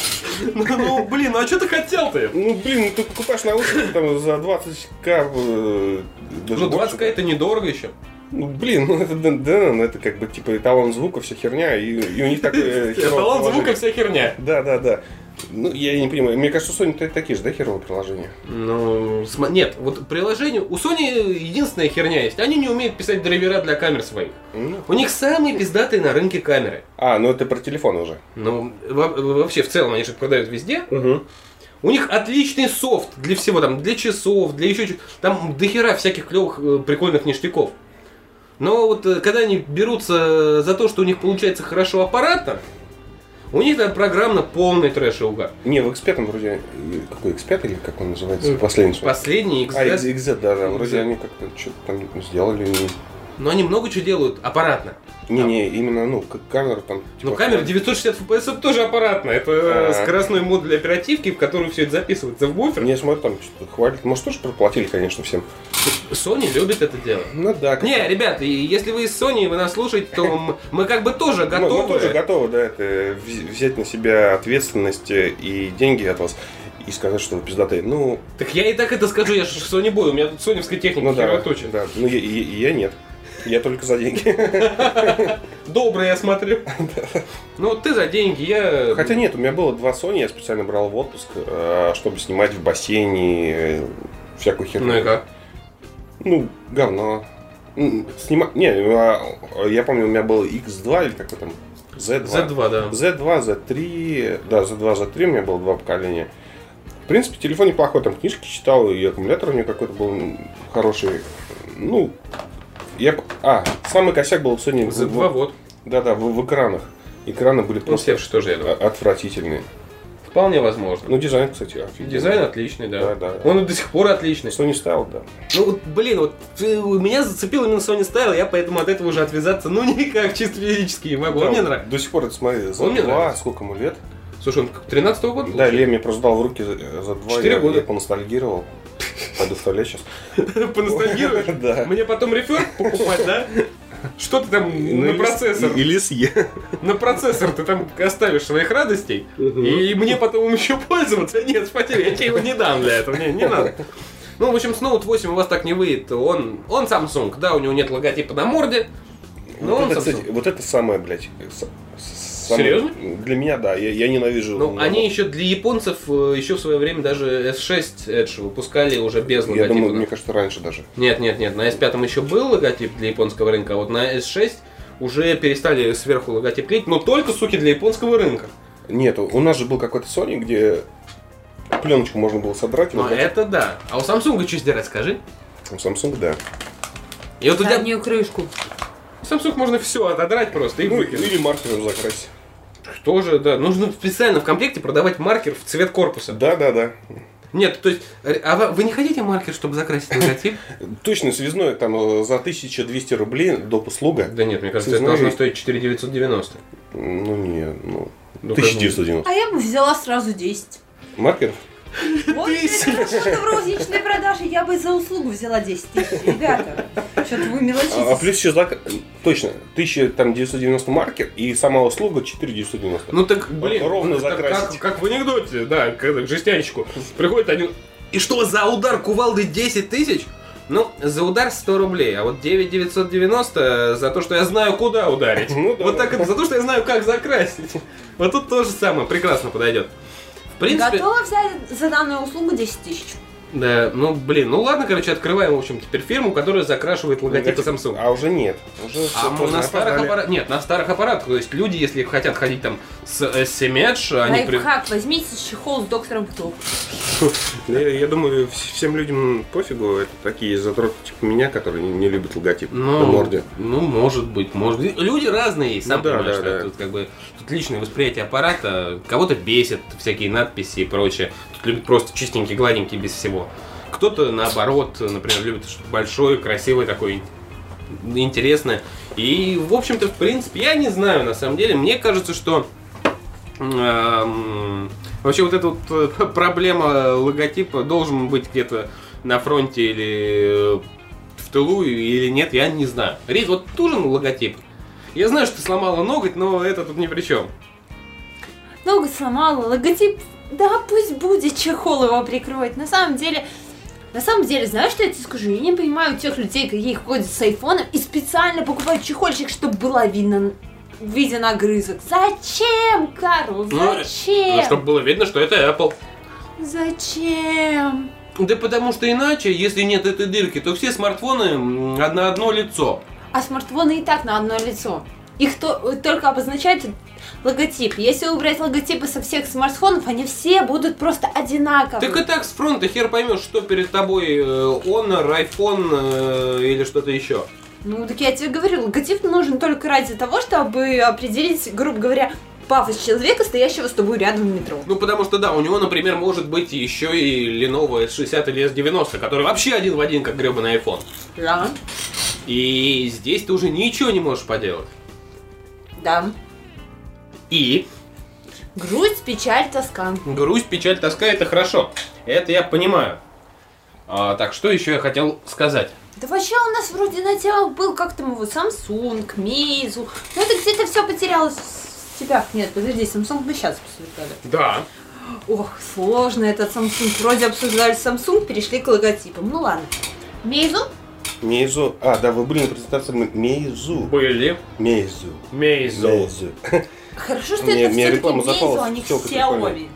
Speaker 1: Ну, блин, ну а что ты хотел-то?
Speaker 3: Ну, блин, ну ты покупаешь наушники там за 20к, э, даже
Speaker 1: Ну,
Speaker 3: больше.
Speaker 1: 20к это недорого еще.
Speaker 3: Ну, блин, ну это Дэн- Денон, это как бы типа эталон звука, вся херня, и, и у них такой... э, херовое
Speaker 1: Талант звука
Speaker 3: приложение.
Speaker 1: вся херня.
Speaker 3: Да, да, да. Ну, я не понимаю. Мне кажется, у Sony та- такие же, да, херовые приложения?
Speaker 1: Ну, см- нет, вот приложение... У Sony единственная херня есть. Они не умеют писать драйвера для камер своих.
Speaker 3: Ну.
Speaker 1: У них самые пиздатые на рынке камеры.
Speaker 3: А, ну это про телефон уже.
Speaker 1: Ну, во- вообще, в целом, они же продают везде.
Speaker 3: Угу.
Speaker 1: У них отличный софт для всего, там, для часов, для еще чего. Там дохера всяких клевых, э, прикольных ништяков. Но вот э, когда они берутся за то, что у них получается хорошо аппаратно, у них там программно полный трэш и угар.
Speaker 3: Не, в X5 вроде... э, Какой, X5 или как он называется?
Speaker 1: Э,
Speaker 3: Последний. что ли?
Speaker 1: Последний
Speaker 3: А, X-
Speaker 1: XZ,
Speaker 3: XZ, да, да.
Speaker 1: XZ.
Speaker 3: Вроде они как-то что-то там сделали.
Speaker 1: но они много чего делают аппаратно.
Speaker 3: Не-не, именно, ну, как камера там...
Speaker 1: Но А.
Speaker 3: типа,
Speaker 1: Ну,
Speaker 3: А.
Speaker 1: камера 960 FPS это тоже аппаратно. Это э,
Speaker 3: Так.
Speaker 1: скоростной модуль для оперативки, в который все это записывается в буфер.
Speaker 3: Я смотрю, там что-то хвалит. Может, тоже проплатили, конечно, всем.
Speaker 1: Sony любит это дело.
Speaker 3: Ну да. как-
Speaker 1: Не, ребят, и если вы из Sony, вы нас слушаете, то м- мы как бы тоже
Speaker 3: Ну, Мы- Мы,
Speaker 1: готовы.
Speaker 3: тоже готовы, да, это вз- взять на себя ответственность э, и деньги от вас и сказать, что вы пиздатые. Ну,
Speaker 1: Так я и так это скажу, я же Sony бой, у меня тут соневская техника
Speaker 3: ну да,
Speaker 1: хероточит.
Speaker 3: да. Ну, я, я- я нет. Я только за деньги.
Speaker 1: Добрый, я смотрю. Ну, вот ты за деньги, я...
Speaker 3: Хотя нет, у меня было два Sony, я специально брал в отпуск, э, чтобы снимать в бассейне э, всякую херню.
Speaker 1: Ну и как?
Speaker 3: Ну, говно. М, Снима... Не, а, я помню, у меня был X2 или какой там Z2.
Speaker 1: Z2, да.
Speaker 3: Z2, Z3, да, Z2, Z3 у меня было два поколения. В принципе, телефон неплохой, там книжки читал, и аккумулятор у него какой-то был м, хороший. Ну, я... п- А, самый косяк был сегодня...
Speaker 1: За два вот.
Speaker 3: Да-да, в, в экранах. Экраны были
Speaker 1: Ну,
Speaker 3: просто
Speaker 1: Севши тоже, я думаю.
Speaker 3: о- отвратительные.
Speaker 1: Вполне возможно.
Speaker 3: Ну, дизайн, кстати, офигенный.
Speaker 1: Дизайн отличный, да.
Speaker 3: Да, да.
Speaker 1: Он и до сих пор отличный.
Speaker 3: Sony Style, да.
Speaker 1: Ну, вот, блин, вот ты- у меня зацепил именно Sony Style, я поэтому от этого уже отвязаться, ну, никак, чисто физически не могу. А Он
Speaker 3: Да,
Speaker 1: мне нравится.
Speaker 3: До сих пор, это смотри, за
Speaker 1: Он мне
Speaker 3: два,
Speaker 1: нравится.
Speaker 3: сколько ему лет.
Speaker 1: Слушай, он как 13 года?
Speaker 3: Да, Илья мне просто дал в руки за, э, за два,
Speaker 1: Четыре
Speaker 3: я,
Speaker 1: года.
Speaker 3: я поностальгировал. Пойду вставлять сейчас.
Speaker 1: Поностальгируешь?
Speaker 3: Да.
Speaker 1: Мне потом рефер покупать, да? Что ты
Speaker 3: Ну
Speaker 1: там на процессор?
Speaker 3: Или съел.
Speaker 1: На процессор ты там оставишь своих радостей, и мне потом им еще пользоваться? А Нет, потеря, я тебе его не дам для этого, не, не надо. Ну, в общем, с Note 8 у вас так не выйдет. Он, он Samsung, да, у него нет логотипа на морде, но Ну, он
Speaker 3: вот, Ну, это,
Speaker 1: Samsung.
Speaker 3: кстати, вот это самое, блядь. с- с- самое-
Speaker 1: Серьезно?
Speaker 3: Для меня, да. Я, я ненавижу.
Speaker 1: Ну,
Speaker 3: но-
Speaker 1: они еще для японцев э, еще в свое время даже S6 Edge выпускали уже без
Speaker 3: Я
Speaker 1: логотипа.
Speaker 3: думаю,
Speaker 1: на-
Speaker 3: мне кажется, раньше даже.
Speaker 1: Нет, нет, нет, на S5 еще был логотип для японского рынка, а вот на S6 уже перестали сверху логотип клеить, но только, суки, для японского рынка.
Speaker 3: Нет, у у нас же был какой-то Sony, где пленочку можно было содрать. и
Speaker 1: Но
Speaker 3: вот
Speaker 1: это да. А у Samsung что сдирать, скажи?
Speaker 3: это- У Samsung, да.
Speaker 1: И вот у тебя...
Speaker 2: Заднюю крышку.
Speaker 1: Samsung можно все отодрать просто и
Speaker 3: Ну,
Speaker 1: выкинуть.
Speaker 3: или маркером закрасить.
Speaker 1: Тоже, да. Нужно специально в комплекте продавать маркер в цвет корпуса.
Speaker 3: Да, да, да.
Speaker 1: Нет, то есть, э, а вы- вы не хотите маркер, чтобы закрасить логотип?
Speaker 3: Точно связной там э, за 1200 рублей доп. услуга.
Speaker 1: Да нет, мне кажется, это
Speaker 3: Связной.
Speaker 1: должно стоить 4990.
Speaker 3: Ну не, ну.
Speaker 1: Ну,
Speaker 3: 1990.
Speaker 2: А я бы взяла сразу 10.
Speaker 3: Маркеров?
Speaker 2: Вот это что-то в розничной продаже я бы за услугу взяла 10 тысяч. Ребята, что-то вы
Speaker 3: А, а
Speaker 2: мелочитесь.
Speaker 3: плюс еще зак... Точно, 1990 маркер и сама услуга 4990.
Speaker 1: Ну так, блин,
Speaker 3: ровно
Speaker 1: так
Speaker 3: закрасить.
Speaker 1: Как, как в анекдоте, да, когда к жестянщику приходит один... И что, за удар кувалды 10 тысяч? Ну, за удар 100 рублей, а вот 9990 за то, что я знаю, куда ударить.
Speaker 3: Ну да.
Speaker 1: Вот так это за то, что я знаю, как закрасить. Вот тут то же самое, прекрасно подойдет. В принципе...
Speaker 2: Готова взять за данную услугу 10 тысяч.
Speaker 1: Да, ну, блин, ну ладно, короче, открываем, в общем, теперь фирму, которая закрашивает логотипы Samsung.
Speaker 3: А уже нет. Уже
Speaker 1: А
Speaker 3: всё
Speaker 1: мы
Speaker 3: поздно,
Speaker 1: на старых
Speaker 3: опоздали.
Speaker 1: аппаратах. Нет, на старых аппаратах. То есть люди, если хотят ходить там с SM Edge, они при-
Speaker 2: Лайфхак, возьмите чехол с доктором Кто.
Speaker 3: Я, я думаю, вс- всем людям пофигу, это такие затроты типа меня, которые не, не любят логотип на
Speaker 1: Ну,
Speaker 3: типа, морде.
Speaker 1: ну, может быть, может быть. Люди разные, сам
Speaker 3: Ну да,
Speaker 1: понимаешь,
Speaker 3: да,
Speaker 1: да,
Speaker 3: да.
Speaker 1: тут как бы тут личное восприятие аппарата, кого-то бесит всякие надписи и прочее. Тут любит просто чистенький, гладенький, без всего. Кто-то, наоборот, например, любит что-то большое, красивое такое, ин- интересное. И, в общем-то, в принципе, я не знаю, на самом деле. Мне кажется, что эм, вообще вот эта вот э, проблема логотипа должен быть где-то на фронте или э, в тылу или нет, я не знаю. Рейд, вот нужен логотип? Я знаю, что ты сломала ноготь, но это тут ни при чем.
Speaker 2: Ногу сломала, логотип. Да пусть будет чехол его прикроет. На самом деле, на самом деле, знаешь, что я тебе скажу? Я не понимаю тех людей, какие ходят с айфоном и специально покупают чехольчик, чтобы было видно виден огрызок. Зачем, Карл?
Speaker 1: Ну,
Speaker 2: Зачем?
Speaker 1: Ну, чтобы было видно, что это Apple.
Speaker 2: Зачем?
Speaker 1: Да потому что иначе, если нет этой дырки, то все смартфоны м, на одно лицо.
Speaker 2: А смартфоны и так на одно лицо. Их то- э, только обозначает логотип. Если убрать логотипы со всех смартфонов, они все будут просто одинаковые.
Speaker 1: Так и так с фронта хер поймешь, что перед тобой э, Honor, iPhone э, или что-то еще.
Speaker 2: Ну, так я тебе говорю, логотип нужен только ради того, чтобы определить, грубо говоря, пафос человека, стоящего с тобой рядом в метро.
Speaker 1: Ну, потому что, да, у него, например, может быть еще и Lenovo S60 или S90, который вообще один в один, как гребаный iPhone.
Speaker 2: Да.
Speaker 1: И здесь ты уже ничего не можешь поделать.
Speaker 2: Да.
Speaker 1: И
Speaker 2: Грусть, печаль, тоска.
Speaker 1: Грусть, печаль, тоска это хорошо. Это я понимаю. А, так, что еще я хотел сказать?
Speaker 2: Да вообще у нас вроде на телах был как там его Samsung, Meizu. Ну это где-то все потерялось в тебя. Нет, подожди, Samsung мы сейчас обсуждали.
Speaker 1: Да.
Speaker 2: Ох, сложно этот Samsung. Вроде обсуждали Samsung, перешли к логотипам. Ну ладно. Meizu?
Speaker 3: Мейзу. А, да, вы были на презентации М- Мейзу.
Speaker 1: Были.
Speaker 3: Мейзу.
Speaker 1: Мейзо.
Speaker 3: Мейзу.
Speaker 2: Хорошо, что
Speaker 3: Мне-
Speaker 2: это
Speaker 3: мне
Speaker 2: все-таки
Speaker 3: реклама
Speaker 2: Meizu,
Speaker 3: запала,
Speaker 2: а не
Speaker 3: телка
Speaker 2: Xiaomi.
Speaker 3: прикольная.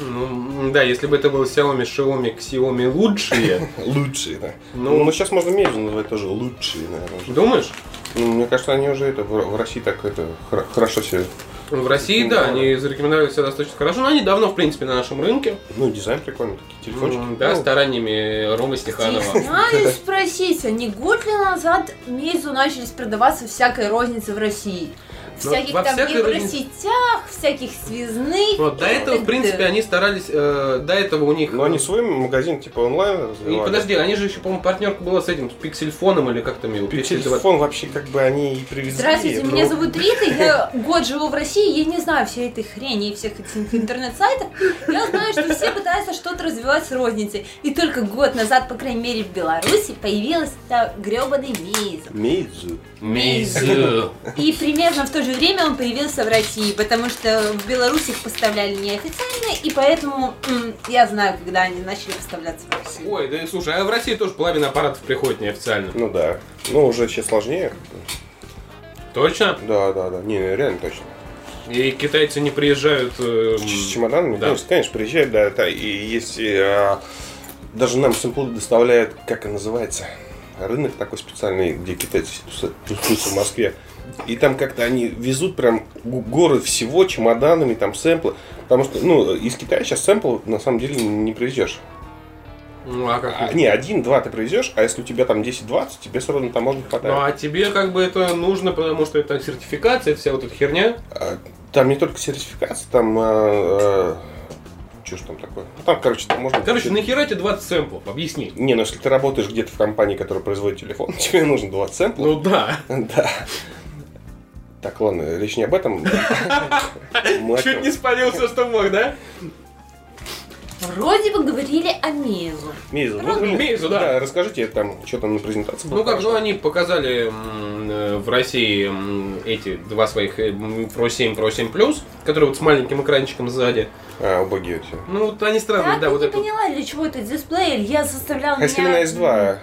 Speaker 1: Ну, м, да, если бы это был Xiaomi, Xiaomi, Xiaomi лучшие.
Speaker 3: Лучшие, да.
Speaker 1: Ну.
Speaker 3: Ну, но сейчас можно Мейзу назвать тоже лучшие, наверное. уже.
Speaker 1: Думаешь?
Speaker 3: Ну, мне кажется, они уже это в в России так это хор- хорошо себе
Speaker 1: В России, да, они зарекомендовали себя достаточно хорошо, но они давно, в принципе, на нашем рынке.
Speaker 3: Ну, дизайн прикольный, такие телефончики.
Speaker 1: М, Да,
Speaker 3: Ну,
Speaker 1: стараниями Ромы Стеханова.
Speaker 2: Надо спросить, а не год ли назад Мейзу начались продаваться всякой розницы в России?
Speaker 1: Ну,
Speaker 2: Всяких
Speaker 1: во
Speaker 2: там
Speaker 1: всякой рознице-
Speaker 2: евросетях, всяких связных.
Speaker 1: Вот, до этого, в принципе, они старались, э, до этого у них...
Speaker 3: Но они свой магазин типа онлайн
Speaker 1: И
Speaker 3: развивали.
Speaker 1: подожди, они же еще, по-моему, партнерка была с этим, с пиксельфоном или как там его? Пиксель два-
Speaker 3: Телефон вообще как бы они и привезли. ну.
Speaker 2: Здравствуйте,
Speaker 3: но-
Speaker 1: Ну.
Speaker 2: меня зовут Рита, я год живу в России, я не знаю всей этой хрени и всех этих интернет-сайтов. Я знаю, что все пытаются что-то развивать с розницей. И только год назад, по крайней мере, в Беларуси появилась та гребаный Мейзу.
Speaker 3: Мейдзу.
Speaker 1: Мейзу.
Speaker 2: И примерно в то же время он появился в России, потому что в Беларуси их поставляли неофициально, и поэтому м, я знаю, когда они начали поставляться в России.
Speaker 1: Ой, да и слушай, а в России тоже половина аппаратов приходит неофициально.
Speaker 3: Ну да. Ну уже сейчас сложнее.
Speaker 1: Точно?
Speaker 3: Да, да, да. Не, ну, реально точно.
Speaker 1: И китайцы не приезжают... эм,
Speaker 3: С чемоданами,
Speaker 1: да.
Speaker 3: конечно, конечно, приезжают, да, это и есть и, а, даже нам сэмплы доставляют, как он называется, рынок такой специальный, где китайцы туса- тусуются в Москве. И там как-то они везут прям г- горы всего чемоданами, там сэмплы. Потому что, ну, из Китая сейчас сэмпл на самом деле не привезешь.
Speaker 1: Ну, а как?
Speaker 3: А, не, один-два ты привезешь, а если у тебя там 10-20, тебе все равно там можно
Speaker 1: Ну,
Speaker 3: хватает.
Speaker 1: а тебе как бы это нужно, потому что это сертификация, вся вот эта херня.
Speaker 3: А, Там не только сертификация, там... что ж там такое? Ну, Там, короче, там можно...
Speaker 1: Короче, нахера тебе 20 сэмплов? Объясни.
Speaker 3: Не, ну если ты работаешь где-то в компании, которая производит телефон, тебе нужно 20 сэмплов.
Speaker 1: Ну да.
Speaker 3: Да. Так, ладно, речь не об этом. Мы о
Speaker 1: Чуть
Speaker 3: чем?
Speaker 1: не спалил все, что мог, да?
Speaker 2: Вроде бы говорили о Мейзу.
Speaker 3: Мейзу, вы
Speaker 1: Правда,
Speaker 3: были?
Speaker 1: Ну, Мейзу, да.
Speaker 3: расскажите там, что там на презентации было.
Speaker 1: Ну как, ну они показали м, э, в России м, эти два своих э, м, Pro 7, Pro 7 Plus, которые вот с маленьким экранчиком сзади.
Speaker 3: А, убогие эти.
Speaker 1: Ну вот они странные,
Speaker 2: Так,
Speaker 1: да,
Speaker 2: я
Speaker 1: вот
Speaker 2: не
Speaker 1: это. вот.
Speaker 2: поняла, для чего это дисплей, или я заставляла
Speaker 3: Хасселина
Speaker 2: меня...
Speaker 3: S2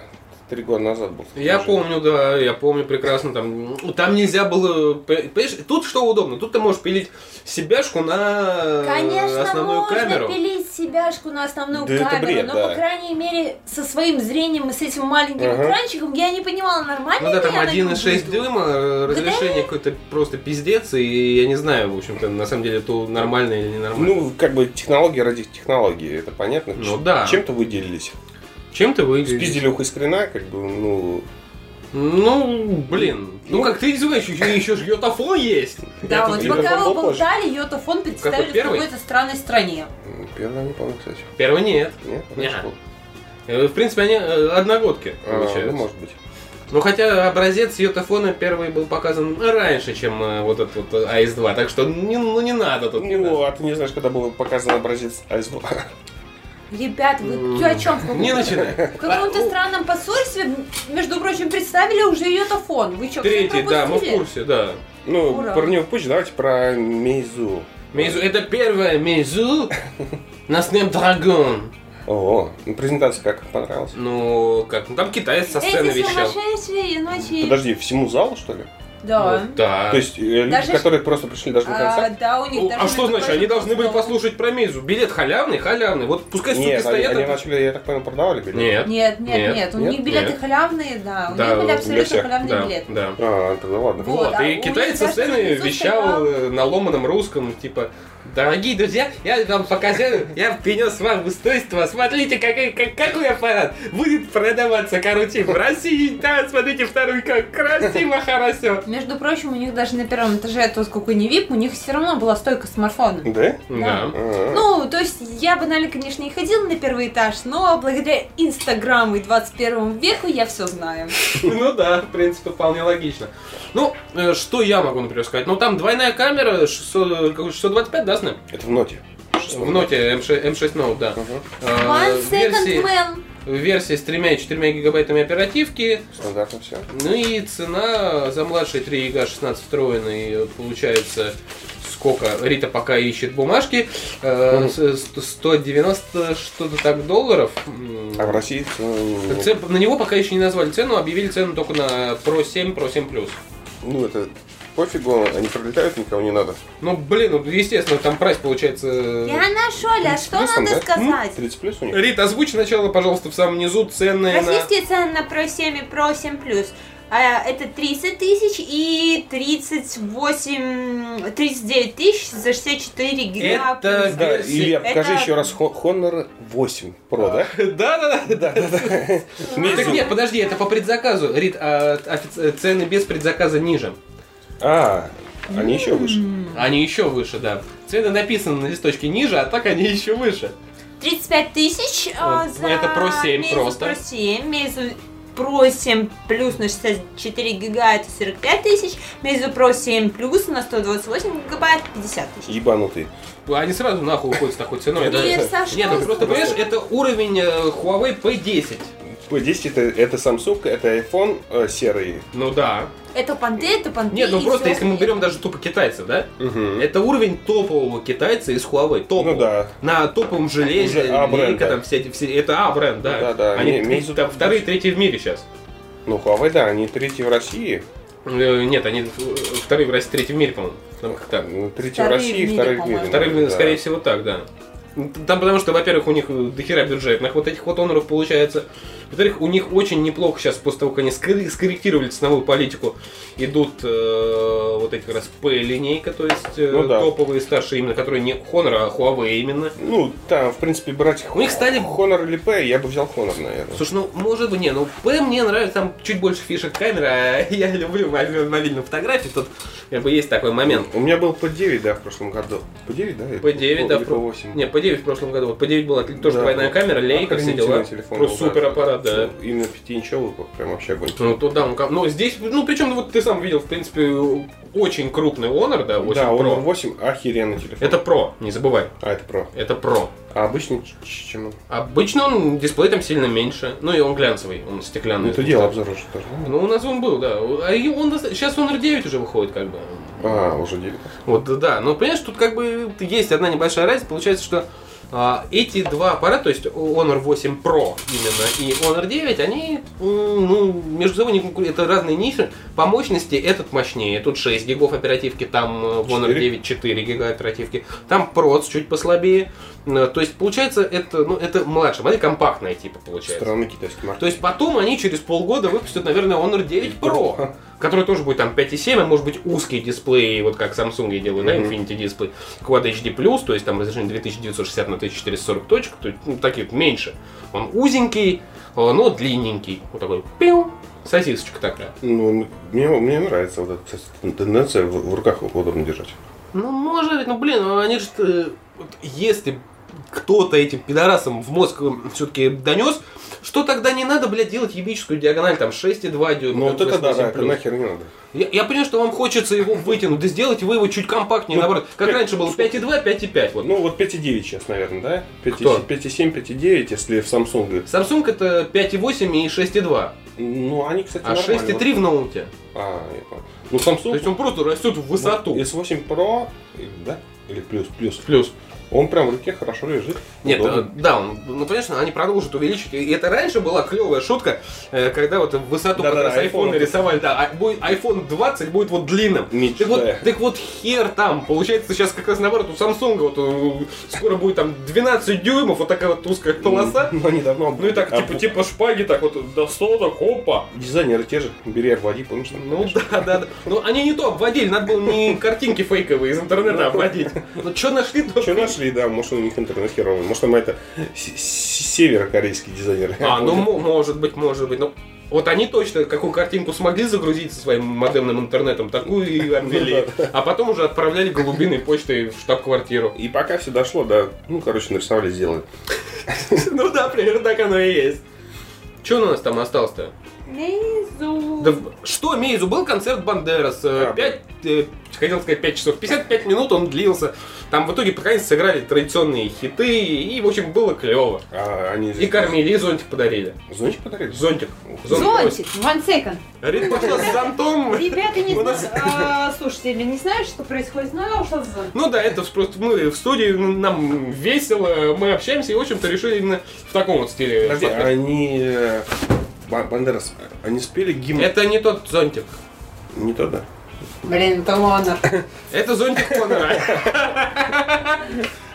Speaker 3: три года назад был.
Speaker 1: Я помню, да, я помню прекрасно, там, ну, там нельзя было, п- понимаешь, тут что удобно, тут ты можешь пилить себяшку на э,
Speaker 2: Конечно,
Speaker 1: основную
Speaker 2: можно
Speaker 1: камеру.
Speaker 2: пилить себяшку на основную
Speaker 3: Да это
Speaker 2: камеру,
Speaker 3: бред,
Speaker 2: но,
Speaker 3: да.
Speaker 2: по крайней мере, со своим зрением и с этим маленьким
Speaker 3: Ага.
Speaker 2: экранчиком я не понимала, нормально
Speaker 1: Ну да,
Speaker 2: ли
Speaker 1: там
Speaker 2: я на нем
Speaker 1: 1,6
Speaker 2: буду.
Speaker 1: дюйма, э, разрешение какое-то просто пиздец, и я не знаю, в общем-то, на самом деле, то нормально или ненормально.
Speaker 3: Ну, как бы технологии ради технологии, это понятно.
Speaker 1: Ну
Speaker 3: Ч-
Speaker 1: да.
Speaker 3: Чем-то выделились.
Speaker 1: Чем ты выглядишь?
Speaker 3: Спиздили ухо из крена, как бы, ну...
Speaker 1: Ну, блин. Ну,
Speaker 3: Ну,
Speaker 1: как ты извиняешь, еще, еще ж йотафон есть.
Speaker 2: Да,
Speaker 1: Это
Speaker 2: вот
Speaker 1: тебе
Speaker 2: пока вы
Speaker 3: попозже.
Speaker 2: болтали, йотафон представили в
Speaker 1: первый?
Speaker 2: какой-то странной стране.
Speaker 3: м, Первое не помню, кстати.
Speaker 1: Первого нет.
Speaker 3: Нет?
Speaker 1: Не.
Speaker 3: Раньше было?
Speaker 1: Э, В принципе, они э, одногодки,
Speaker 3: А, Ну,
Speaker 1: получается.
Speaker 3: может быть.
Speaker 1: Ну, хотя образец йотафона первый был показан раньше, чем э, вот этот вот АС-2, так что не, ну не надо тут. не надо.
Speaker 3: Ну, а ты не знаешь, когда был показан образец АС-2.
Speaker 2: Ребят, вы
Speaker 1: М,
Speaker 2: чё, ну, о чем?
Speaker 1: Не начинай. А,
Speaker 2: В каком-то странном посольстве, между прочим, представили уже йотафон. Вы что,
Speaker 1: Третий, да, мы в курсе, да.
Speaker 3: Ну,
Speaker 2: Ура.
Speaker 3: про него позже, давайте про Мейзу.
Speaker 1: Мейзу, это первое Мейзу на Snapdragon.
Speaker 3: О, ну, презентация как понравилась?
Speaker 1: Ну, как, ну там китаец со сцены
Speaker 2: Эти
Speaker 1: вещал.
Speaker 2: сумасшедшие ночи.
Speaker 3: Подожди, всему залу, что ли?
Speaker 2: Да.
Speaker 1: Вот, Да.
Speaker 3: То есть э, люди,
Speaker 2: Даже
Speaker 3: которые просто пришли даже на
Speaker 2: А,
Speaker 3: концерт?
Speaker 2: да, у них
Speaker 1: Ну,
Speaker 2: даже
Speaker 1: а что
Speaker 2: на
Speaker 1: значит?
Speaker 2: такой
Speaker 1: Они
Speaker 2: же
Speaker 1: должны были
Speaker 2: футбол.
Speaker 1: послушать про Мейзу. Билет халявный, халявный. Вот пускай суки
Speaker 3: Нет, они,
Speaker 1: стоят. а
Speaker 3: они
Speaker 1: это-
Speaker 3: начали, я так понял, продавали билеты?
Speaker 1: Нет.
Speaker 2: Нет, нет,
Speaker 1: Нет,
Speaker 2: нет, У
Speaker 3: нет,
Speaker 2: них билеты
Speaker 1: нет.
Speaker 2: халявные, да. У
Speaker 1: Да,
Speaker 2: них были
Speaker 1: для
Speaker 3: всех,
Speaker 2: абсолютно халявные
Speaker 1: Да,
Speaker 2: билеты.
Speaker 1: да.
Speaker 3: А, тогда ладно.
Speaker 2: Вот,
Speaker 1: Вот,
Speaker 2: а
Speaker 1: и
Speaker 2: у
Speaker 1: китаец со
Speaker 2: них даже
Speaker 1: сцены
Speaker 2: внизу
Speaker 1: вещал
Speaker 2: стоял-
Speaker 1: э, на ломаном русском, типа, дорогие друзья, я вам показываю, я принес вам устройство, смотрите, какой, как- какой аппарат будет продаваться, короче, в России, да, смотрите, второй, как красиво, хорошо.
Speaker 2: Между прочим, у них даже на первом этаже, то сколько не VIP, у них все равно была стойка с смартфонами.
Speaker 3: Да?
Speaker 1: Да.
Speaker 3: А,
Speaker 2: Ну, то есть я банально, конечно, не ходила на первый этаж, но благодаря Инстаграму и 21 веку я все знаю.
Speaker 1: Ну да, в принципе, вполне логично. Ну, э, что я могу, например, сказать? Ну, там двойная камера, 600, какой, 625, да, Снэп?
Speaker 3: Это в ноте.
Speaker 1: В ноте М6, М6 Note, да.
Speaker 3: Ага,
Speaker 1: Э,
Speaker 2: One
Speaker 1: в
Speaker 2: second
Speaker 1: версии-
Speaker 2: man.
Speaker 1: в версии с 3-4 гигабайтами оперативки,
Speaker 3: стандартно все.
Speaker 1: Ну и цена за младшие 3 ЕГА 16 встроенный ну получается сколько? Рита пока ищет бумажки. Э, с- с- 190 что-то так долларов. М.
Speaker 3: А в России... э,
Speaker 1: Ц- На него пока еще не назвали цену, объявили цену только на Pro 7, Pro 7 Plus.
Speaker 3: Ну, это пофигу, они пролетают, никого не надо.
Speaker 1: Ну блин, ну, естественно, там прайс получается.
Speaker 2: Я нашел, а что
Speaker 3: Плюс там,
Speaker 2: надо
Speaker 3: да?
Speaker 2: сказать?
Speaker 3: 30 плюс у них?
Speaker 1: Э,
Speaker 2: А
Speaker 1: Рит, озвучь сначала, пожалуйста, в самом низу цены на.
Speaker 2: Российские цены на Pro 7 и Pro 7 Plus. А, это 30 тысяч и 38, 39 тысяч за 64 гига.
Speaker 1: Это
Speaker 2: плюс.
Speaker 3: Да,
Speaker 1: Версия.
Speaker 3: Илья, покажи
Speaker 2: Это-
Speaker 3: еще раз Хо- Honor 8 Pro, да?
Speaker 1: Да, да, да.
Speaker 3: Ну,
Speaker 1: Так нет, подожди, это по предзаказу. Рит, а офици- цены без предзаказа ниже.
Speaker 3: А, они еще выше.
Speaker 1: Они еще выше, да. Цены написаны на листочке ниже, а так они еще выше.
Speaker 2: 35 тысяч а,
Speaker 1: Вот,
Speaker 2: за
Speaker 1: это про семь
Speaker 2: месяц,
Speaker 1: просто.
Speaker 2: Про 7, месяц про 7 плюс на 64 гига это 45 тысяч, между про 7 плюс на 128 гигабайт 50 тысяч.
Speaker 3: Ебанутые.
Speaker 1: Они сразу нахуй уходят с такой ценой. да.
Speaker 2: Привет, Саша,
Speaker 1: Нет, ну
Speaker 2: что
Speaker 1: просто
Speaker 2: с тобой?
Speaker 1: понимаешь, это уровень э, Huawei P10.
Speaker 3: P10 это, это Samsung, это iPhone э, серый.
Speaker 1: Ну да.
Speaker 2: Это понты, это понты.
Speaker 1: Нет, ну
Speaker 2: и
Speaker 1: просто
Speaker 2: всё.
Speaker 1: если мы берем даже тупо китайцев, да?
Speaker 3: Мгм.
Speaker 1: Это уровень топового китайца из Huawei. Топового.
Speaker 3: Ну да.
Speaker 1: На топовом железе,
Speaker 3: Уже А-бренд,
Speaker 1: линейка,
Speaker 3: да.
Speaker 1: там все, эти- все- это А бренд, да.
Speaker 3: Да-да,
Speaker 1: Они
Speaker 3: не-
Speaker 1: т-
Speaker 3: Meizu
Speaker 1: там
Speaker 3: там
Speaker 1: вторые,
Speaker 3: дальше.
Speaker 1: третьи в мире сейчас.
Speaker 3: Ну, Huawei, да, они третьи в России.
Speaker 1: Э, Нет, они э, вторые в России, третьи в мире, по-моему. Там как так.
Speaker 3: Ну, Третьи
Speaker 2: Вторые
Speaker 3: в России,
Speaker 2: в мире,
Speaker 3: вторые в
Speaker 2: по-моему.
Speaker 3: мире.
Speaker 1: Вторые,
Speaker 3: наверное, да.
Speaker 1: скорее всего, так, да. Ну, т- Там потому что, во-первых, у них э, дохера бюджетных вот этих вот оноров получается. Во-вторых, у них очень неплохо сейчас, после того, как они скорр- скорректировали ценовую политику, идут э, вот эти как раз P-линейка, то есть э,
Speaker 3: Ну да.
Speaker 1: топовые старшие именно, которые не Honor, а Huawei именно.
Speaker 3: Ну, там, в принципе, брать
Speaker 1: У них стали-
Speaker 3: Honor или P, я бы взял Honor, наверное.
Speaker 1: Слушай, ну, может быть, не, ну, P мне нравится, там чуть больше фишек камеры, а я люблю мобиль- мобильную фотографию, тут как бы есть такой момент.
Speaker 3: У меня был P9, да, в прошлом году. P9, да?
Speaker 1: P9, да, в про-
Speaker 3: P8.
Speaker 1: Не, P9 в прошлом году, вот P9 была тоже
Speaker 3: Да.
Speaker 1: двойная камера, лейка, все дела.
Speaker 3: Охренительный телефон
Speaker 1: Просто
Speaker 3: был, да.
Speaker 1: супер аппарат, да.
Speaker 3: Ну, Именно 5-инчевый, прям вообще огонь.
Speaker 1: Ну, то да, он кам- Ну, здесь, ну, причем, ну, вот ты сам видел, в принципе, очень крупный Honor, да, 8
Speaker 3: да,
Speaker 1: Pro.
Speaker 3: Honor 8, охеренный телефон.
Speaker 1: Это Pro, не забывай,
Speaker 3: А, это Pro.
Speaker 1: это Pro.
Speaker 3: А обычный ч- ч- чем?
Speaker 1: Обычно он дисплей там сильно меньше, ну и он глянцевый, он стеклянный.
Speaker 3: Ну, это дело обзор уже тоже.
Speaker 1: Ну, у нас он был, да. А и он, сейчас Honor 9 уже выходит, как бы.
Speaker 3: А, уже дело.
Speaker 1: Вот, да. Но, понимаешь, тут как бы есть одна небольшая разница. Получается, что а, эти два аппарата, то есть Honor 8 Pro именно и Honor 9, они м, ну, между собой не конкурируют. Это разные ниши. По мощности этот мощнее. Тут 6 гигов оперативки, там э, в Honor
Speaker 3: Четыре.
Speaker 1: 9 4 гига оперативки. Там Proц чуть послабее. Э, То есть, получается, это, ну, это младшая модель, компактная типа получается.
Speaker 3: Странный китайский маркет.
Speaker 1: То есть потом они через полгода выпустят, наверное, Honor 9 Pro, который тоже будет там 5,7, а может быть узкий дисплей, вот как Samsung делают, да,
Speaker 3: Мгм.
Speaker 1: Infinity дисплей, Quad HD+, то есть там разрешение 2960 на 1440 точек, то есть, ну, таких меньше. Он узенький, э, но длинненький. Вот такой пиу, сосисочка такая.
Speaker 3: Ну, мне, мне нравится вот эта кстати, тенденция в, в руках удобно держать.
Speaker 1: Ну, может быть, ну, блин, ну, они же, э, вот если кто-то этим пидорасам в мозг все-таки донес, что тогда не надо, блядь, делать ебическую диагональ, там 6,2 дюйма.
Speaker 3: Ну, вот это да,
Speaker 1: 8+.
Speaker 3: да, это нахер не надо.
Speaker 1: Я, я понимаю, что вам хочется его вытянуть, да сделайте вы его чуть компактнее,
Speaker 3: Ну,
Speaker 1: наоборот. Как
Speaker 3: пять-
Speaker 1: раньше было 5,2, 5,5. Вот.
Speaker 3: Ну, вот 5,9 сейчас, наверное, да? 5,7,
Speaker 1: Кто?
Speaker 3: 5,9, если в Samsung.
Speaker 1: Samsung это 5,8 и 6,2,
Speaker 3: Ну, они, кстати,
Speaker 1: а
Speaker 3: нормально.
Speaker 1: 6,3 в ноуте.
Speaker 3: А, я понял. Ну, Samsung...
Speaker 1: То есть он просто растет в
Speaker 3: Ну,
Speaker 1: высоту.
Speaker 3: S8 Pro, э, да? Или плюс, плюс.
Speaker 1: Плюс.
Speaker 3: Он прям в руке хорошо лежит.
Speaker 1: Нет, э,
Speaker 3: удобно.
Speaker 1: да, он, ну конечно, они продолжат увеличить. И это раньше была клевая шутка, э, когда вот в высоту, как
Speaker 3: Да-да-да,
Speaker 1: раз айфона
Speaker 3: iPhone.
Speaker 1: рисовали, да, а будет iPhone 20 будет вот длинным.
Speaker 3: Мечта.
Speaker 1: Так а, вот, так вот хер там. Получается, сейчас как раз наоборот у Samsung вот э, скоро будет там 12 дюймов, вот такая вот узкая полоса.
Speaker 3: Ну, они давно
Speaker 1: Ну и так,
Speaker 3: а,
Speaker 1: типа, типа шпаги, так вот, до соток, опа.
Speaker 3: Дизайнеры те же, бери обводи, помнишь? там,
Speaker 1: Ну
Speaker 3: конечно.
Speaker 1: да, да, да. Ну они не то обводили, надо было не картинки фейковые из интернета обводить. Ну что нашли, то...
Speaker 3: Что нашли, да, может у них интернет херовый, может там это с- с- северокорейские дизайнеры.
Speaker 1: А, ну мо- может быть, может быть. Ну, вот они точно какую картинку смогли загрузить со своим модемным интернетом, такую и обвели. А потом уже отправляли голубиной почтой в штаб-квартиру.
Speaker 3: И пока все дошло, да, ну, короче, нарисовали, сделали.
Speaker 1: Ну да, примерно так оно и есть. Че у нас там осталось-то?
Speaker 2: Мейзу.
Speaker 1: Да в- что, Мейзу, был концерт Бандерас,
Speaker 3: Да.
Speaker 1: 5, хотел сказать 5 часов, 55 минут он длился, там в итоге под конец сыграли традиционные хиты, и, в общем, было клево.
Speaker 3: А они...
Speaker 1: И кормили, и зонтик подарили.
Speaker 3: Зонтик подарили?
Speaker 1: Зонтик.
Speaker 2: Зонтик, one second.
Speaker 1: Рит пошла с зонтом.
Speaker 2: Ребята, не
Speaker 1: У
Speaker 2: знаю,
Speaker 1: нас-
Speaker 2: а, слушатели, не знают, что происходит, но я ушла с зонтиком.
Speaker 1: Ну да, это просто мы в студии, ну, нам весело, мы общаемся, и, в общем-то, решили именно в таком вот стиле.
Speaker 3: Подожди,
Speaker 1: подкаст.
Speaker 3: они... э, Ба- Бандерас, они спели гимн?
Speaker 1: Это не тот зонтик.
Speaker 3: Не то, да.
Speaker 2: Блин, это Лонар.
Speaker 1: Это зонтик Конора.